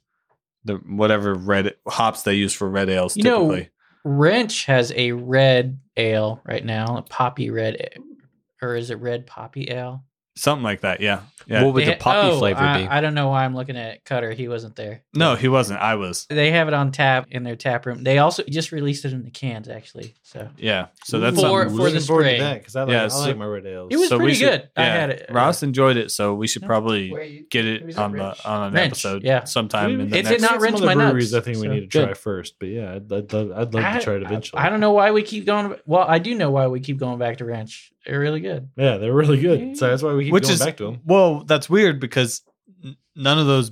S6: the whatever red hops they use for red ales
S3: You know-
S6: typically.
S3: Wrench has a red ale right now, a poppy red, a- or is it red poppy ale?
S6: Something like that. Yeah. Yeah.
S4: What would
S3: They
S4: the
S3: ha-
S4: poppy
S3: oh,
S4: flavor
S3: I,
S4: be?
S3: I don't know why I'm looking at Cutter. He wasn't there.
S6: no, he wasn't. I was.
S3: They have it on tap in their tap room. They also just released it in the cans actually. So
S6: Yeah. So that's
S3: For-
S6: something.
S3: for the spring.
S8: because I like,
S6: Yeah,
S8: I
S6: so-
S8: like my red ales.
S3: it was
S6: So we
S3: pretty
S6: should-
S3: good. I
S6: yeah,
S3: had it.
S6: Ross enjoyed it, so we should probably
S7: Wait,
S6: get
S7: it was
S6: it
S7: a
S6: on the,
S7: wrench.
S6: on an
S3: Wrench,
S6: episode
S3: yeah.
S6: sometime in the
S3: It did
S6: next.
S3: not
S8: Some
S3: rinse
S8: other
S3: my nuts,
S8: breweries I think we
S3: so
S8: need to
S3: good.
S8: try first, but yeah, I'd, I'd, love, I'd love to try it eventually.
S3: I, I don't know why we keep going. Well, I do know why we keep going back to ranch. They're really good.
S8: Yeah, they're really good. So that's why we keep
S6: Which
S8: going
S6: is-
S8: back to them.
S6: Well, that's weird because n- none of those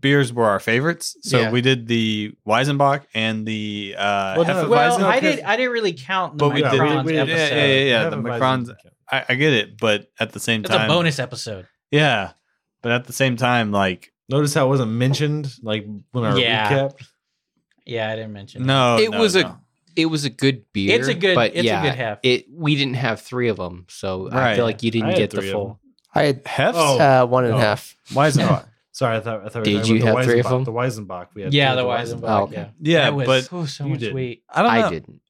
S6: beers were our favorites. So
S4: Yeah.
S6: we did the Weizenbach and the uh,
S8: Well, no,
S6: Hefeweizen.
S8: Why is
S3: Well,
S8: it not
S3: I
S8: good?
S3: did. I didn't really count the
S6: But we did-
S3: Microns
S8: we did-
S3: episode.
S6: yeah, yeah, yeah, yeah.
S8: Have
S6: The
S8: a
S6: Macrons.
S8: Weizen.
S6: I, I get it, but at the same
S3: It's
S6: time,
S3: a bonus episode.
S6: Yeah, but at the same time, like
S8: Notice how it wasn't mentioned, like when our
S3: Yeah.
S8: recap.
S3: Yeah, I didn't mention.
S6: no,
S4: It
S6: no,
S4: was a-
S6: no.
S4: It was a good beer.
S3: It's a good-
S4: But
S3: it's a
S4: yeah,
S3: good half.
S4: It we didn't have three of them, so I
S6: Right.
S4: feel like you
S8: I
S4: didn't
S8: had
S4: get the
S8: three of
S4: full.
S7: I had
S6: Hefts.
S8: Oh.
S7: uh, one and a
S8: Oh.
S7: half.
S6: Weizenbach.
S8: Sorry, I thought I thought. we
S4: Did
S8: were talking
S4: you
S8: about
S4: have
S8: the
S4: three of
S8: Weizenbach-
S4: them?
S8: The Weizenbach. We
S3: Yeah,
S8: had
S3: yeah
S8: two
S3: the
S8: of
S3: Weizenbach.
S4: Oh, okay.
S3: Yeah,
S6: yeah,
S3: That was
S6: but
S3: oh, so
S8: you
S3: much
S8: did.
S3: wheat.
S6: I don't know.
S4: I didn't.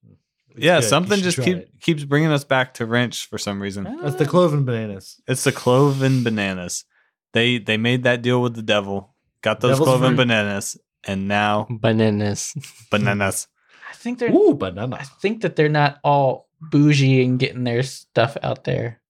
S8: It's
S6: yeah,
S8: good. You
S6: something
S8: should
S6: just
S8: try
S6: keep,
S8: it.
S6: keeps bringing us back to Wrench for some reason.
S8: That's
S3: Ah,
S8: the cloven bananas.
S6: It's the clove and bananas. They they made that deal with the devil, got those
S8: Devil's
S6: clove and
S8: fruit.
S6: bananas, and now
S4: Bananas.
S6: bananas.
S3: I think they're.
S8: Ooh, banana.
S3: I think that they're not all bougie and getting their stuff out there.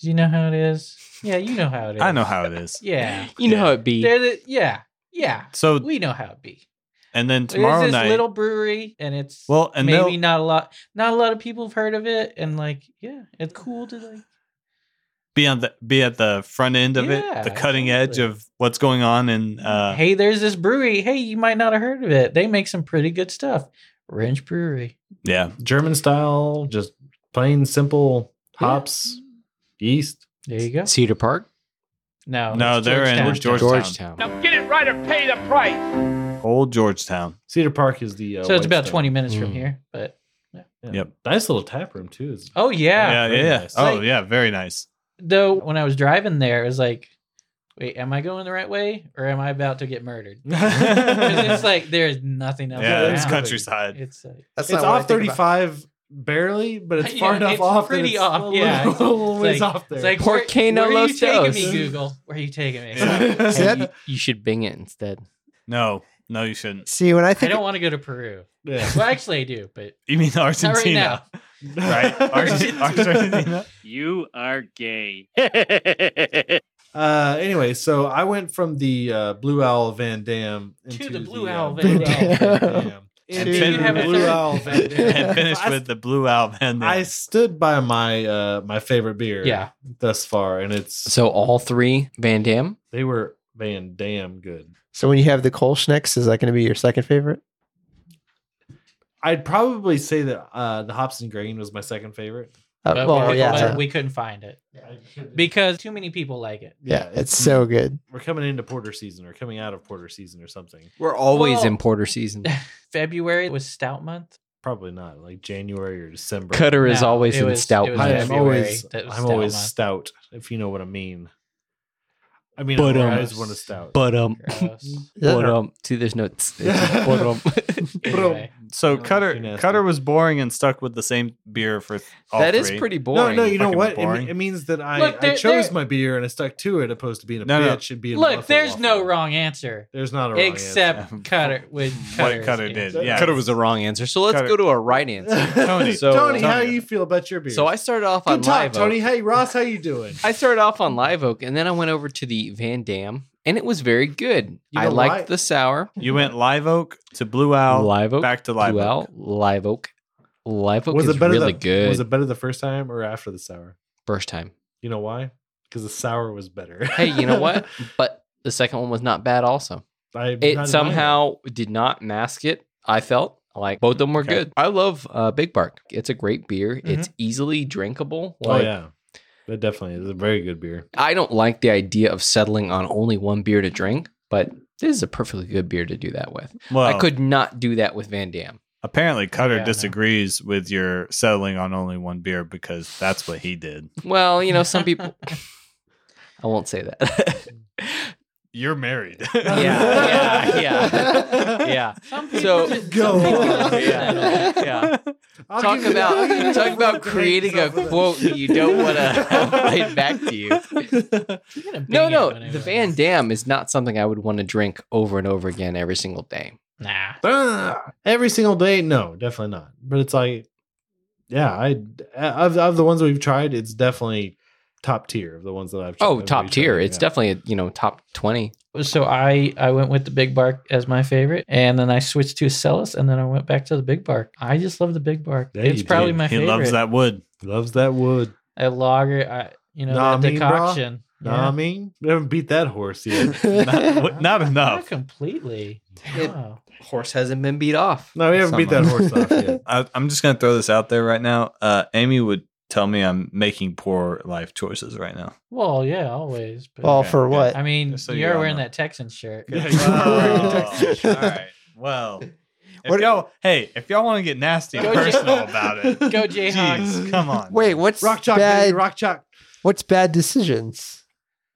S3: Do you know how it is? Yeah, you know how it is.
S6: I know how it is.
S3: Yeah,
S4: You know how it be.
S3: they're the, yeah, yeah.
S6: So
S3: We know how it be.
S6: and then tomorrow
S3: There's this
S6: night,
S3: little brewery, and it's
S6: well, and
S3: maybe
S6: they'll
S3: not a lot. Not a lot of people have heard of it, and like, yeah, it's cool to like.
S6: be on the be at the front end of
S3: Yeah,
S6: it, the cutting edge
S3: absolutely. Mm-hmm.
S6: of what's going on in uh,
S3: hey, there's this brewery. Hey, you might not have heard of it. They make some pretty good stuff. Ranch Brewery.
S6: yeah,
S8: German style, just plain simple hops, yeast.
S3: There you go.
S4: Cedar Park.
S3: No,
S6: No,
S3: it's
S6: they're in
S3: Georgetown.
S6: Georgetown.
S4: Georgetown.
S6: old Georgetown.
S8: Cedar Park is the. Uh,
S3: So it's
S8: White
S3: about
S8: Stone.
S3: 20 minutes from
S4: Mm.
S3: here. But
S8: Yeah.
S6: Yep.
S8: Nice little tap room too. Is
S3: oh yeah.
S6: Yeah, yeah,
S8: very
S6: yeah.
S8: nice.
S6: Oh,
S3: Like-
S6: yeah, very nice.
S3: Though when I was driving there, it was like, wait, am I going the right way or am I about to get murdered? 'Cause it's like there's nothing else.
S6: yeah,
S8: Yeah.
S6: it's
S3: around.
S6: countryside.
S3: It's like
S7: That's
S8: it's
S7: not what I
S8: off
S7: think about.
S8: 35 barely, but it's
S3: Yeah,
S8: far enough
S3: it's
S8: off. that
S3: pretty
S8: it's
S3: off,
S8: a
S3: yeah.
S8: little- a little
S3: It's
S8: ways
S3: like-
S8: off there.
S3: It's like
S4: Por
S3: where,
S4: que no
S3: where are you
S4: los
S3: taking
S4: dos?
S3: me, Google? Where are you taking me?
S7: See,
S4: Hey,
S7: that-
S4: you, you should Bing it instead.
S6: No, no, you shouldn't.
S7: See, when I
S3: I
S7: think
S3: don't want to go to Peru.
S8: Yeah.
S3: Well, actually, I do, but
S6: You mean
S3: not right
S6: Argentina,
S3: now.
S6: right? Argen- Argentina.
S9: You are gay.
S8: Uh, anyway, so I went from the uh, Blue Owl Van Dam
S3: To
S8: into
S3: the Blue
S8: uh,
S3: Owl Van
S7: Dam.
S8: Into
S6: And fin-
S8: the
S6: you have a
S8: Blue
S3: third?
S8: Owl Van Dam.
S6: and finished
S8: I-
S6: with the blue owl and
S8: I stood by my uh my favorite beer
S3: Yeah.
S8: thus far, and it's
S4: So all three Van Dam.
S8: they were Van Dam good.
S7: so when you have the Kolschnicks, is that going to be your second favorite?
S8: I'd probably say that uh the Hops and Grain was my second favorite.
S7: Uh,
S3: But
S7: well,
S3: we,
S7: yeah,
S3: but
S7: yeah,
S3: we couldn't find it
S8: I couldn't-
S3: because too many people like it.
S7: it's
S4: uh,
S7: so good.
S8: we're coming into porter season or coming out of porter season or something.
S4: We're always
S3: Well-
S4: in Porter season.
S3: February was Stout Month.
S8: Probably not like January or December.
S4: Cutter is
S3: No,
S4: always
S3: it
S4: in
S3: was-
S4: stout.
S3: it was
S8: I
S4: mode.
S8: am
S3: February.
S8: always
S3: That was
S8: I'm
S3: stout
S8: always
S3: month.
S8: stout, if you know what I mean. I mean,
S4: But,
S8: I
S4: um,
S8: always want a stout.
S4: But um,
S3: Gross.
S4: but um. See, there's no. t's. But um.
S3: Anyway,
S6: so
S8: No, you're
S6: Cutter
S8: nasty.
S6: Cutter was boring and stuck with the same beer for all
S4: That is
S6: three.
S4: pretty
S8: no,
S4: boring.
S8: no, you know
S6: fucking
S8: what? It, me-
S6: boring.
S8: it means that I,
S3: Look,
S8: I
S3: there-
S8: chose
S3: there-
S8: my beer and I stuck to it, opposed to being a
S6: No, no.
S8: bitch and being. a
S3: look,
S8: waffle
S3: there's no
S8: waffle.
S3: wrong answer
S8: There's not a wrong
S3: except
S6: answer.
S3: Cutter with
S6: what
S3: Cutter.
S6: Cutter did.
S8: Cutter
S6: Yeah,
S4: Cutter was the wrong answer. So let's
S6: Cutter-
S4: go to a right answer.
S8: answer.
S6: Tony,
S4: So-
S8: Tony, how
S6: Tony.
S8: you feel about your beer?
S4: So I started off on
S8: good talk,
S4: Live Oak.
S8: Tony. Hey, Ross, how you doing?
S4: I started off on Live Oak, and then I went over to the Van Dam, and it was very good.
S8: You
S4: I
S8: know
S4: liked
S8: why?
S4: the sour.
S6: you went Live Oak to Blue Owl,
S4: Live Oak,
S6: back to Live
S4: Blue
S6: Oak.
S4: Owl, Live Oak, Live Oak
S8: was
S4: is
S8: it better?
S4: really
S8: the,
S4: good.
S8: Was it better the first time or after the sour?
S4: First time,
S8: You know why? Because the sour was better.
S4: hey, you know what? but the second one was not bad. Also,
S8: I
S4: it somehow did not mask it. I felt like both of them were
S6: Okay.
S4: good. I love uh, Big Bark. It's a great beer. It's easily drinkable.
S8: Oh
S4: Like,
S8: yeah, that definitely is a very good beer.
S4: I don't like the idea of settling on only one beer to drink, but this is a perfectly good beer to do that with.
S6: Well,
S4: I could not do that with Van Dam.
S6: Apparently, Cutter
S3: Yeah, I know.
S6: disagrees with your settling on only one beer because that's what he did.
S4: Well, you know, some people. I won't say that.
S6: You're married.
S4: Yeah, yeah. yeah.
S3: Some
S4: So-
S3: people just-
S8: Go
S3: some people
S8: on.
S3: just-
S4: Yeah. Yeah.
S8: I'll
S4: Talk
S8: give you
S4: about
S8: that.
S4: talk about creating a quote that you don't want to have played back to you.
S3: You're gonna
S4: No,
S3: bang
S4: no,
S3: it when
S4: the
S3: I-
S4: Van Dam is not something I would want to drink over and over again every single day.
S3: Nah.
S8: Ah, every single day. No, definitely not. But it's like, yeah, I of of the ones we've tried, it's definitely top tier of the ones that I've. tried.
S4: Oh,
S8: that
S4: top
S8: we've
S4: tier.
S8: tried,
S4: It's
S8: yeah.
S4: definitely a, you know top twenty.
S3: So I I went with the Big Bark as my favorite, and then I switched to Cellus, and then I went back to the Big Bark. I just love the Big Bark.
S8: Yeah,
S3: it's
S8: you
S3: probably
S8: did.
S3: my
S6: he
S3: favorite.
S6: loves that wood.
S8: loves that wood.
S3: a lager, I, you know,
S8: Nah,
S3: that
S8: mean, brah.
S3: decoction.
S8: Nah, I mean, we haven't beat that horse yet.
S6: not, not
S3: Not
S6: enough.
S3: completely. Wow.
S4: Horse hasn't been beat off.
S8: No, we haven't beat that horse off yet.
S6: I, I'm just gonna throw this out there right now. Uh, Amy would tell me I'm making poor life choices right now.
S3: Well, yeah, always. But
S7: Well,
S6: Okay,
S7: for
S6: okay.
S7: what?
S3: I mean,
S6: Just so you
S3: you're
S6: all
S3: wearing
S6: know.
S3: that Texan shirt.
S8: Yeah,
S7: Oh. Texas.
S6: all right. Well, if
S7: What-
S6: y'all, hey, if y'all want to get nasty and
S3: Go Jay-
S6: personal about it,
S3: Go Jayhawks.
S6: jeez, come on.
S7: Wait, what's
S8: Rock chalk,
S7: bad?
S8: baby, rock chalk.
S7: What's bad decisions?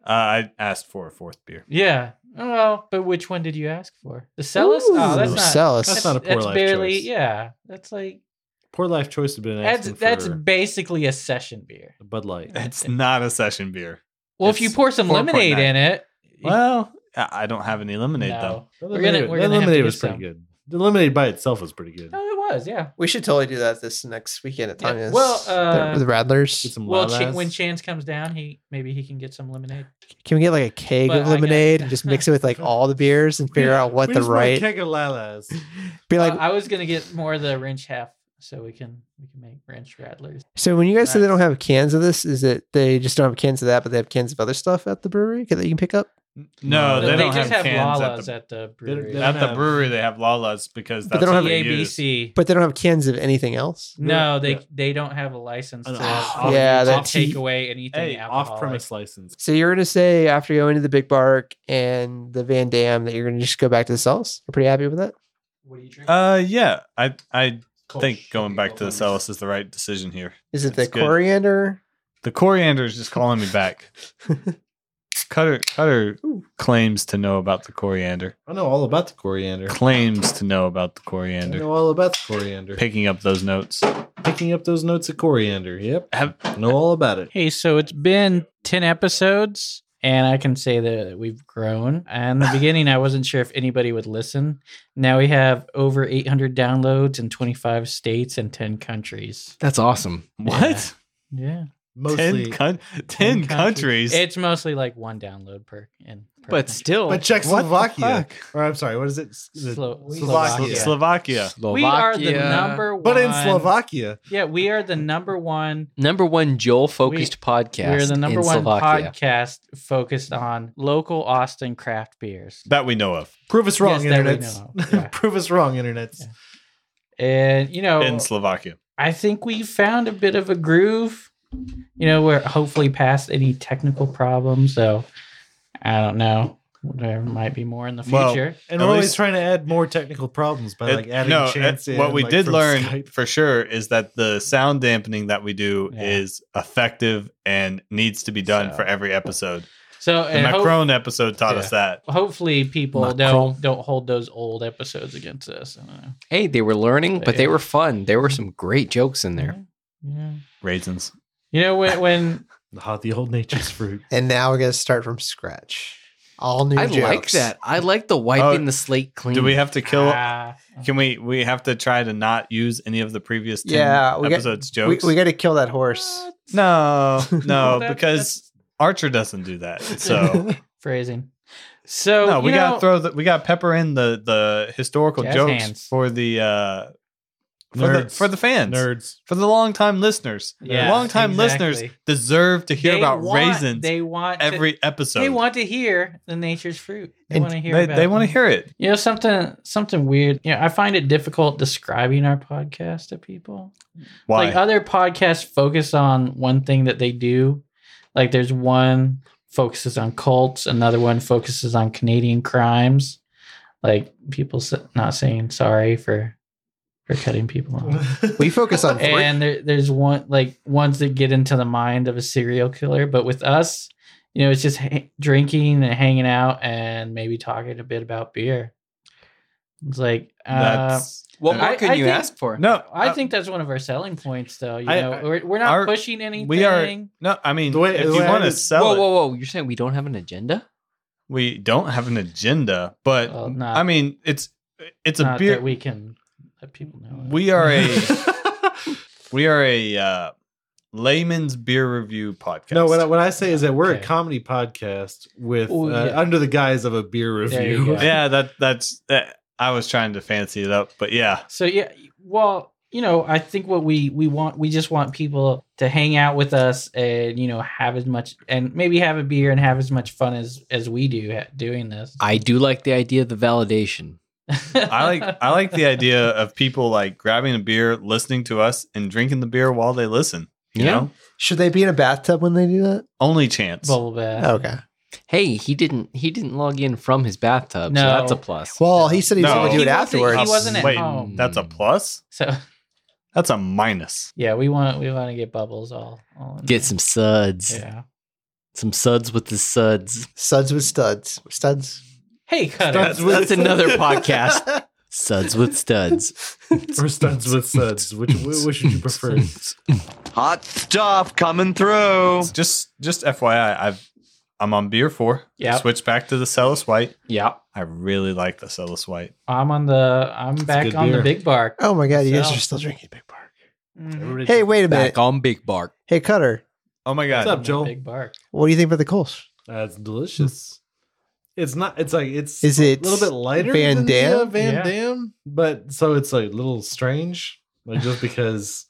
S6: Uh, I asked for a fourth beer.
S3: Yeah. Oh, well, but which one did you ask for? The Cellus? Oh, that's
S7: Ooh,
S3: not.
S7: Cellus.
S8: That's not a poor
S3: that's
S8: life
S3: barely.
S8: choice.
S3: Yeah, that's like
S8: Poor life choice has been
S3: that's
S8: asking
S3: that's
S8: for
S3: basically a session beer.
S8: a Bud Light.
S6: It's not a session beer.
S3: Well, if you
S6: It's
S3: pour some
S6: 4.9.
S3: lemonade in it,
S6: Well, I I don't have any lemonade
S3: no.
S6: though.
S8: That
S3: We're gonna-
S8: lemonade-
S3: we're
S8: that
S3: gonna have to
S8: lemonade
S3: get
S8: was pretty
S3: some. Oh,
S8: good. The lemonade by itself was pretty good.
S3: No, it was. Yeah.
S7: We should totally do that this next weekend at
S3: Yeah,
S7: Tanya's.
S3: well, uh,
S7: the, the Rattlers.
S8: Get some
S3: Well,
S8: Lilas.
S3: Ch- when Chance comes down, he maybe he can get some lemonade.
S7: Can we get like a keg
S3: But I
S7: of
S3: got-
S7: lemonade and just mix it with like all the beers and figure out what
S8: We
S7: the
S8: just want a
S7: right?
S8: keg of Lilas.
S7: Be like,
S3: Uh, I was gonna get more of the wrench half, so we can we can make wrench rattlers.
S7: so when you guys say they don't
S3: nice.
S7: have cans of this, is it they just don't have cans of that, but they have cans of other stuff at the brewery that you can pick up?
S8: Oh,
S6: No, they, don't
S3: just
S6: have, cans
S3: Lala's
S6: at
S3: at the,
S8: They don't-
S3: brewery.
S6: the,
S8: they
S6: at the
S8: have-
S6: brewery. They have lalas because that's
S7: But they don't
S6: what
S7: have
S6: they use.
S3: ABC.
S7: But they don't have cans of anything else.
S3: No, they
S8: Yeah.
S3: they don't have a license
S8: An
S3: to,
S8: off-
S7: Yeah,
S3: to
S7: that's-
S3: take away anything
S8: Hey,
S3: alcoholic.
S8: off premise license.
S7: So you're gonna say after going to the Big Bark and the Van Dam that you're gonna just go back to the cells? You're pretty happy with that?
S3: What are you drinking?
S6: Uh, yeah, I I think going back to the cellus is the right decision here.
S7: Is it
S6: That's
S7: the
S6: good.
S7: coriander?
S6: The coriander is just calling me back. Cutter Cutter claims to know about the coriander.
S8: I know all about the coriander.
S6: Claims to know about the
S8: I
S6: coriander.
S8: know all about the coriander.
S6: Picking up those notes.
S8: Picking up those notes of coriander. Yep.
S6: Have,
S8: Know all about it.
S3: Hey, so it's been 10 episodes, and I can say that we've grown. In the beginning, I wasn't sure if anybody would listen. Now we have over 800 downloads in 25 states and 10 countries.
S4: That's awesome.
S6: what?
S3: Yeah.
S8: Mostly.
S6: ten, coun- ten
S3: Ten
S6: countries.
S3: It's mostly like one download per. In, per
S4: But
S3: country.
S4: still,
S8: But Czechoslovakia. Or I'm sorry, what is it? S- is it
S3: Slo-
S8: Slovakia.
S6: Slo-
S3: Slovakia.
S6: Slovakia.
S3: we are the
S4: Slovakia.
S3: number one.
S8: But in Slovakia.
S3: Yeah, we are the number one
S4: number one Joel focused podcast.
S3: We're the number
S4: in
S3: one
S4: Slovakia.
S3: podcast focused on local Austin craft beers.
S6: That we know of.
S8: Prove us wrong,
S3: Yes, that we
S8: internets.
S3: know. Yeah.
S8: Prove us wrong, internets.
S3: Yeah. And you
S8: Oh.
S3: know,
S6: In Slovakia.
S3: I think we found a bit of a groove. You know, we're hopefully past any technical problems. So I don't know. There might be more in the
S6: Well,
S3: future.
S8: And
S6: At
S8: we're always
S6: least-
S8: trying to add more technical problems by
S6: It-
S8: like adding
S6: no,
S8: chance
S6: it-
S8: in.
S6: what we
S8: like,
S6: did
S8: from
S6: learn
S8: Skype.
S6: for sure is that the sound dampening that we do
S3: Yeah.
S6: is effective and needs to be done
S3: So-
S6: for every episode.
S3: so
S6: The
S3: and ho-
S6: Macron episode taught
S3: Yeah.
S6: us that.
S3: hopefully people
S4: Macron.
S3: don't don't hold those old episodes against us. I don't know.
S4: Hey, they were learning, but they
S3: Yeah.
S4: were fun. There were some great jokes in there.
S3: Yeah.
S6: Raisins.
S3: You know when when
S8: The hot, the old nature's fruit.
S7: And now we're gonna start from scratch. All new
S4: I
S7: jokes.
S4: like that. I like the wiping the slate clean.
S6: Do we have to kill?
S3: Ah.
S6: Can we? We have to try to not use any of the previous ten
S7: Yeah, we got-
S6: episodes
S7: We,
S6: jokes.
S7: we got to kill that horse.
S6: no, no,
S3: Well, that-
S6: because
S3: that's
S6: Archer doesn't do that. So
S3: phrasing. So
S6: no, we
S3: you
S6: gotta
S3: know-
S6: throw the we gotta pepper in the the historical
S3: Jazz
S6: jokes
S3: hands.
S6: for the uh for the
S8: Nerds.
S6: for the fans
S8: Nerds.
S6: for the long time listeners.
S3: Yeah,
S6: long time listeners
S3: exactly.
S6: deserve to hear
S3: They
S6: about
S3: want-
S6: raisins
S3: They want to-
S6: every episode.
S3: They want to hear the nature's fruit. They
S7: And
S3: want to hear.
S6: They,
S3: about
S6: they want to hear it.
S3: You know something something weird. You know, I find it difficult describing our podcast to people.
S6: Why?
S3: Like uh, other podcasts focus on one thing that they do. Like there's one focuses on cults, another one focuses on Canadian crimes. Like people s- not saying sorry for for cutting people off.
S7: We focus on three.
S3: and there, there's one like ones that get into the mind of a serial killer but with us you know it's just ha- drinking and hanging out and maybe talking a bit about beer it's like uh,
S6: That's
S4: What more
S3: I-
S4: can
S3: I
S4: you
S3: think-
S4: ask for?
S6: no.
S3: i
S6: uh,
S3: think that's one of our selling points though you
S6: I-
S3: know
S6: I-
S3: we're, we're not
S6: our-
S3: pushing anything
S6: we are- no. I mean,
S8: The way-
S6: if
S8: the
S6: you
S8: way I
S6: want to
S8: just-
S6: sell
S4: Whoa,
S6: it,
S4: whoa, whoa! You're saying we don't have an agenda?
S6: we don't have an agenda, but
S3: Well, Oh, not-
S6: I mean, it's it's a
S3: not
S6: beer.
S3: that
S6: We,
S3: we can let people know of.
S6: are a we are a uh, layman's beer review podcast.
S8: No, what I, what I say is that we're
S3: Okay.
S8: a comedy podcast with
S3: Oh,
S8: uh,
S3: yeah.
S8: under the guise of a beer
S3: There you
S8: review.
S3: go.
S6: yeah, that that's that, I was trying to fancy it up, but yeah,
S3: so yeah well you know, I think what we we want, we just want people to hang out with us and you know have as much and maybe have a beer and have as much fun as as we do ha- doing this.
S4: I do like the idea of the validation.
S6: I like I like the idea of people like grabbing a beer, listening to us, and drinking the beer while they listen. You
S4: Yeah.
S6: know,
S7: Should they be in a bathtub when they do that?
S6: only chance.
S3: bubble bath.
S7: Okay.
S4: Hey, he didn't he didn't log in from his bathtub, so
S3: No.
S4: that's a plus.
S7: Well, he said he was
S6: No.
S7: going to do
S6: He
S7: it
S3: wasn't- he
S7: afterwards.
S3: wasn't at
S6: Wait,
S3: home.
S6: that's a plus.
S3: So
S6: That's a minus.
S3: yeah, we want we want to get bubbles all. all in
S4: Get some suds.
S3: there. Yeah.
S4: Some suds with the suds.
S7: Suds with studs. Studs.
S3: Hey, cut
S4: That's,
S3: it.
S4: that's another podcast. Suds with studs.
S8: Or studs with suds. Which which would you prefer?
S13: Hot stuff coming through.
S6: Just just FYI, I've I'm on beer four.
S3: Yeah.
S6: Switch back to the Cellus White.
S4: Yeah.
S6: I really like the Cellus White.
S3: I'm on the I'm back
S8: good
S3: on the
S8: beer.
S3: big bark.
S7: Oh my god, you guys
S3: So-
S7: are still drinking Big Bark.
S3: Mhm.
S7: Hey, wait a minute.
S4: Back on Big Bark.
S7: Hey, Cutter,
S6: Oh my
S8: What's
S6: god.
S8: up, Joel?
S3: Big bark.
S7: what do you think about the Kolsch?
S8: That's delicious. It's not. It's like it's.
S7: Is it
S8: a little bit lighter?
S7: Van
S8: than the,
S7: Damme?
S8: uh, Van
S3: Yeah.
S8: Dam, but so it's like a little strange. Like just because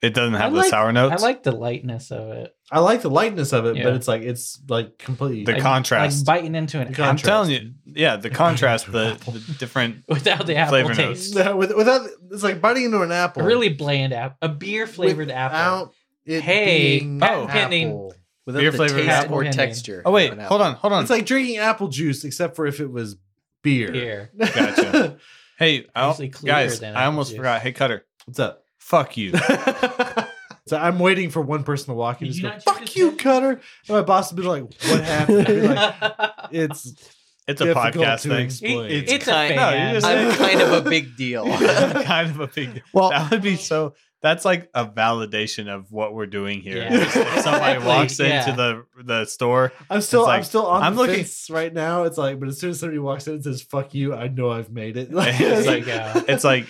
S6: It doesn't have
S3: I
S6: the
S3: like-
S6: sour notes.
S3: I like the lightness of it.
S8: I like the lightness of it,
S3: Yeah.
S8: but it's like it's like completely.
S6: The contrast.
S3: Like biting into an
S8: The
S3: apple
S6: I'm
S8: contrast.
S6: telling you, yeah, the contrast, the, the different
S3: without the apple
S6: Flavor
S3: taste.
S8: No, with, without it's like biting into an
S3: A
S8: apple.
S3: really bland apple. A beer flavored apple.
S8: Without it
S3: Hey,
S8: being
S3: patent pending.
S8: apple.
S4: Without
S6: Beer
S4: the
S6: flavored
S4: taste
S3: apple.
S4: or
S3: Pending.
S4: texture.
S6: Oh wait,
S4: of an
S6: hold
S4: apple.
S6: on, hold on.
S8: It's like drinking apple juice, except for if it was beer.
S3: Beer.
S6: Gotcha. Hey, I'll,
S3: Usually clearer
S6: guys,
S3: than
S6: I
S3: apple
S6: almost
S3: juice.
S6: forgot. Hey, Cutter,
S8: What's up?
S6: fuck you.
S8: so I'm waiting for one person to walk in and
S3: Did
S8: just go,
S3: you not choose
S8: "Fuck
S3: this
S8: you,
S3: one?"
S8: Cutter." And my boss would be like, "What happened?" I'd be like, it's
S6: It's a
S8: difficult
S6: podcast
S8: to
S6: thing.
S8: explain.
S3: it's, it's a
S4: kind- no,
S3: fan.
S6: you just-
S4: I'm kind of a big deal.
S6: kind of a big.
S7: Well-
S6: that would be so. That's like a validation of what we're doing here.
S3: Yeah.
S6: If somebody
S3: Exactly,
S6: walks
S3: yeah.
S6: into the the store.
S8: I'm still,
S6: It's like,
S8: I'm still on
S6: I'm
S8: the
S6: looking-
S8: fence right now. It's like, but as soon as somebody walks in and says "fuck you," I know I've made it. Like,
S6: It's
S3: There
S6: like-
S3: you go.
S6: It's like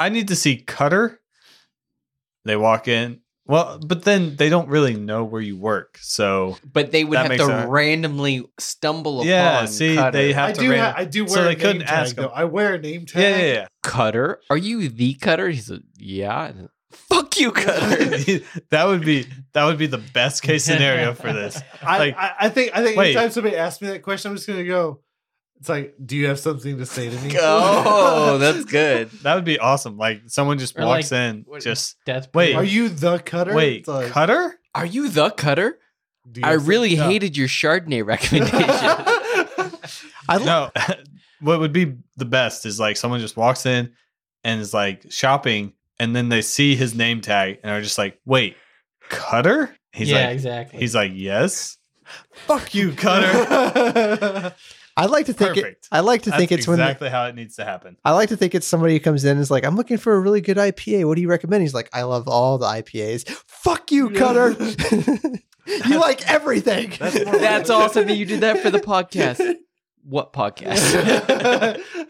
S6: I need to see Cutter. They walk in. Well, but then they don't really know where you work, so
S4: But they would
S6: That
S4: have
S6: makes
S4: to
S6: sense.
S4: randomly stumble
S6: yeah.
S4: upon
S6: See,
S4: Cutter.
S6: they have
S8: I
S6: to.
S8: do,
S6: ran-
S8: ha- I do wear.
S6: So
S8: a
S6: they couldn't
S8: name tag,
S6: ask 'em.
S8: though. I wear a name tag.
S6: yeah, yeah,
S4: Cutter, are you the Cutter? He's a, yeah. Fuck you, Cutter.
S6: yeah. that would be that would be the best case scenario for this.
S8: I,
S6: Like-
S8: I, I think, I think
S6: Wait.
S8: anytime somebody asks me that question, I'm just gonna go. It's like, do you have something to say to me?
S4: oh, that's good.
S6: That would be awesome. Like someone just
S3: Or
S6: walks
S3: like,
S6: in,
S3: what-
S6: just
S3: Death
S6: Wait.
S8: Are you the cutter?
S6: wait,
S8: It's like,
S6: Cutter.
S4: Are you the Cutter?
S8: do you
S4: I
S8: have
S4: really
S8: something-
S4: hated your Chardonnay recommendation.
S7: I lo-
S6: no, what would be the best is like someone just walks in and is like shopping, and then they see his name tag and are just like, "Wait, Cutter?" He's
S3: yeah,
S6: like,
S3: exactly.
S6: he's like, "Yes." Fuck you, Cutter.
S7: I like to think it.
S6: Perfect.
S7: I like to
S6: That's
S7: think it's when.
S6: exactly how it needs to happen.
S7: I like to think it's somebody who comes in and is like, "I'm looking for a really good IPA. What do you recommend?" He's like, "I love all the IPAs." Fuck you, Cutter. you like everything.
S8: That's more-
S4: that's awesome that you did that for the podcast. What podcast?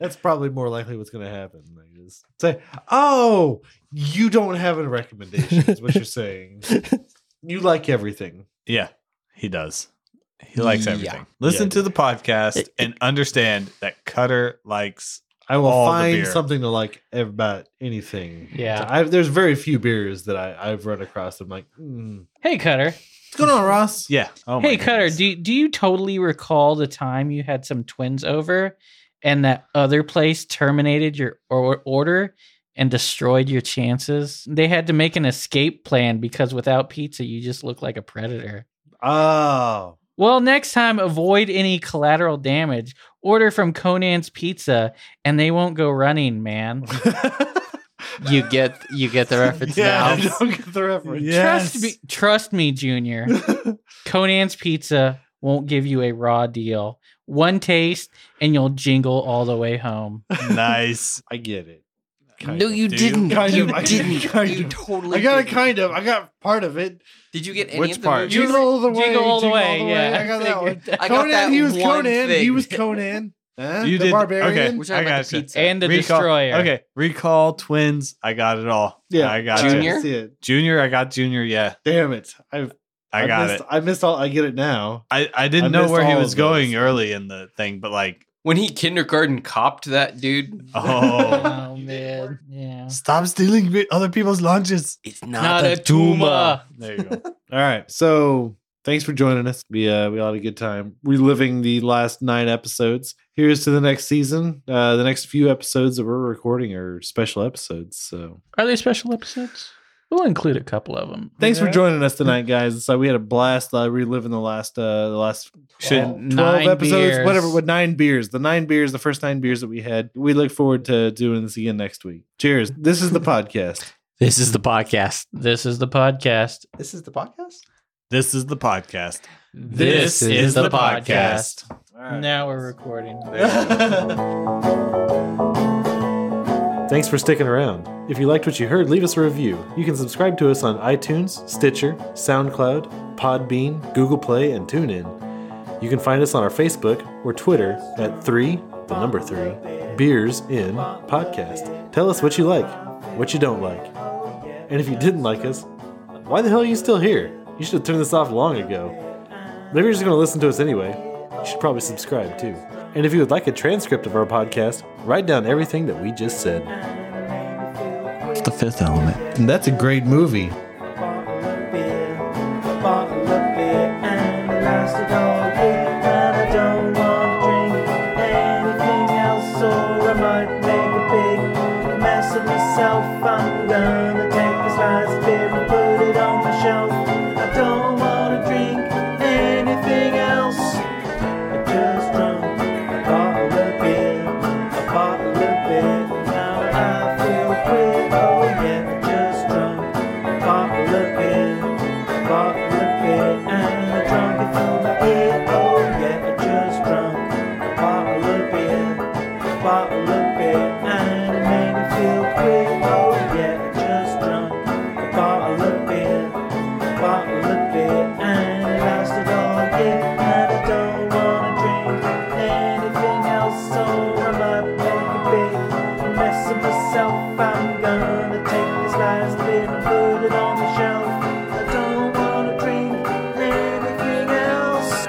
S8: That's probably more likely what's going to happen. Like just say, "Oh, you don't have any recommendations." is what you're saying? You like everything.
S6: Yeah, he does. He likes
S4: Yeah.
S6: everything. Listen
S8: Yeah.
S6: to the podcast
S7: It-
S6: and understand that Cutter likes
S8: I will
S6: All the beer.
S8: find something to like about anything.
S3: Yeah.
S8: I, there's very few beers that I, I've run across. I'm like, mm.
S3: hey, Cutter.
S8: what's going on, Ross?
S6: Yeah. Oh
S3: hey,
S6: my
S3: Cutter.
S6: goodness.
S3: Do do you totally recall the time you had some twins over, and that other place terminated your or- order and destroyed your chances? They had to make an escape plan because without pizza, you just look like a predator.
S8: Oh,
S3: Well, next time, avoid any collateral damage. Order from Conan's Pizza, and they won't go running, man.
S4: you get you get the reference
S8: yeah. I
S4: now.
S8: don't get the reference.
S3: Trust me, trust me, Junior. Conan's Pizza won't give you a raw deal. One taste, and you'll jingle all the way home.
S6: nice.
S8: I get it.
S4: no, you
S6: Do you?
S4: didn't. You,
S8: Kind of, I-
S4: didn't.
S8: kind
S4: you
S8: of.
S4: totally.
S8: I got a
S4: didn't.
S8: kind of. I got part of it.
S4: Did you get any
S6: Which
S4: of the
S6: part?
S4: movies?
S8: Jingle all the way.
S3: Jingle all the way. yeah,
S8: I got that one.
S3: figured.
S4: I got
S8: Conan,
S4: that
S8: he was
S4: one
S8: Conan. He
S4: thing.
S8: was Conan. Huh?
S6: You
S8: the
S6: did-
S8: barbarian.
S6: okay.
S4: We're talking
S6: I
S4: about the
S6: gotcha.
S4: pizza.
S3: And the destroyer.
S6: Okay, recall twins. I got it all.
S8: Yeah,
S6: I got
S4: Junior?
S6: it.
S8: I see it.
S6: Junior, I got Junior. Yeah,
S8: Damn it! I've,
S6: I, got
S8: missed,
S6: it.
S8: I missed all. I get it now.
S6: I, I
S8: I
S6: didn't know
S8: missed
S6: where he
S8: all
S6: was
S8: of
S6: going
S8: those.
S6: early in the thing, but like
S4: when he kindergarten copped that dude.
S6: Oh.
S3: Oh man, yeah.
S6: Stop stealing bi- other people's lunches.
S4: It's
S3: Not a tumor.
S6: There you go.
S8: All right. So thanks for joining us. We uh, we all had a good time reliving the last nine episodes. Here's to the next season. Uh, the next few episodes that we're recording are special episodes. So
S3: Are they special episodes? We'll include a couple of them.
S8: thanks for joining us tonight, guys. So we had a blast uh, reliving the last uh, the last
S6: Should
S8: 12
S4: nine
S8: episodes,
S4: beers.
S8: whatever, with nine beers. The nine beers, the first nine beers that we had. We look forward to doing this again next week. Cheers. This is the podcast.
S4: This is the podcast.
S3: This is the podcast.
S7: This is the podcast?
S6: This is the podcast.
S4: This is the podcast.
S3: Now we're recording.
S1: Thanks for sticking around. If you liked what you heard, leave us a review. You can subscribe to us on iTunes, Stitcher, SoundCloud, Podbean, Google Play, and TuneIn. You can find us on our Facebook or Twitter at 3, the number 3, Beers In Podcast. Tell us what you like, what you don't like. And if you didn't like us, why the hell are you still here? You should have turned this off long ago. Maybe you're just going to listen to us anyway. You should probably subscribe too. And if you would like a transcript of our podcast, write down everything that we just said.
S13: It's the fifth element.
S8: And that's a great movie.
S2: bottle of beer and it lasted all day. And I don't want to drink anything else, or I might make a big mess of myself. I'm gonna take this last beer and put it on the shelf. I don't want to drink anything else. I just drunk a bottle of beer, a bottle of beer. Now I feel queer. Oh yeah, I just drunk a bottle of beer. Bottle of beer and I drunk it through my ear. Oh yeah, I just drunk a bottle of beer, a bottle of beer and it made me feel queer. Oh yeah, I just drunk a bottle of beer, a bottle of beer and it lasted all year. And I don't wanna drink anything else, so I might make a big mess of myself. I'm gonna take this last bit and put it on the shelf. I don't wanna drink anything else.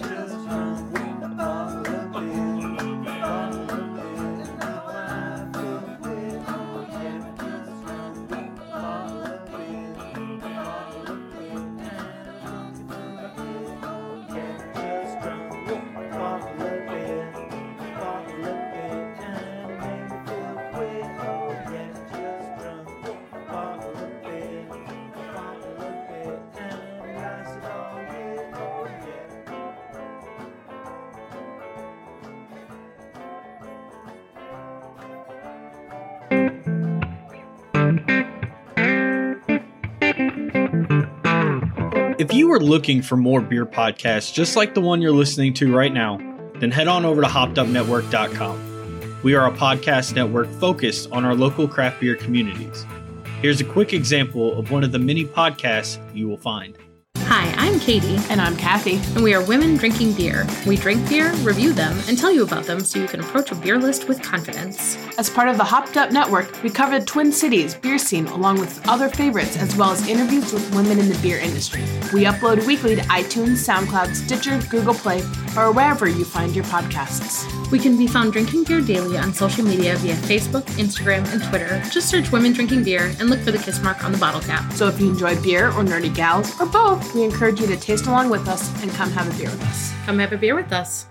S2: Just drink a bottle of beer, a bottle of beer. Now I feel queer. Oh, yeah, just drink a bottle of beer, a bottle of beer. And I drunk it to my ear. Oh, yeah, just drink a bottle of beer, a bottle of beer. And it made me feel queer. Oh, yeah, just drink a bottle of beer.
S14: If you are looking for more beer podcasts just like the one you're listening to right now, then head on over to hoppedupnetwork.com. We are a podcast network focused on our local craft beer communities. Here's a quick example of one of the many podcasts you will find.
S15: Hi, I'm Katie. And I'm Kathy. And we are women drinking beer. We drink beer, review them, and tell you about them so you can approach a beer list with confidence.
S16: As part of the Hopped Up Network, we covered Twin Cities beer scene along with other favorites as well as interviews with women in the beer industry. We upload weekly to iTunes, SoundCloud, Stitcher, Google Play, or wherever you find your podcasts.
S15: We can be found drinking beer daily on social media via Facebook, Instagram, and Twitter. Just search Women Drinking Beer and look for the kiss mark on the bottle cap.
S16: So if you enjoy beer or nerdy gals or both, we encourage you to taste along with us and come have a beer with us.
S15: Come have a beer with us.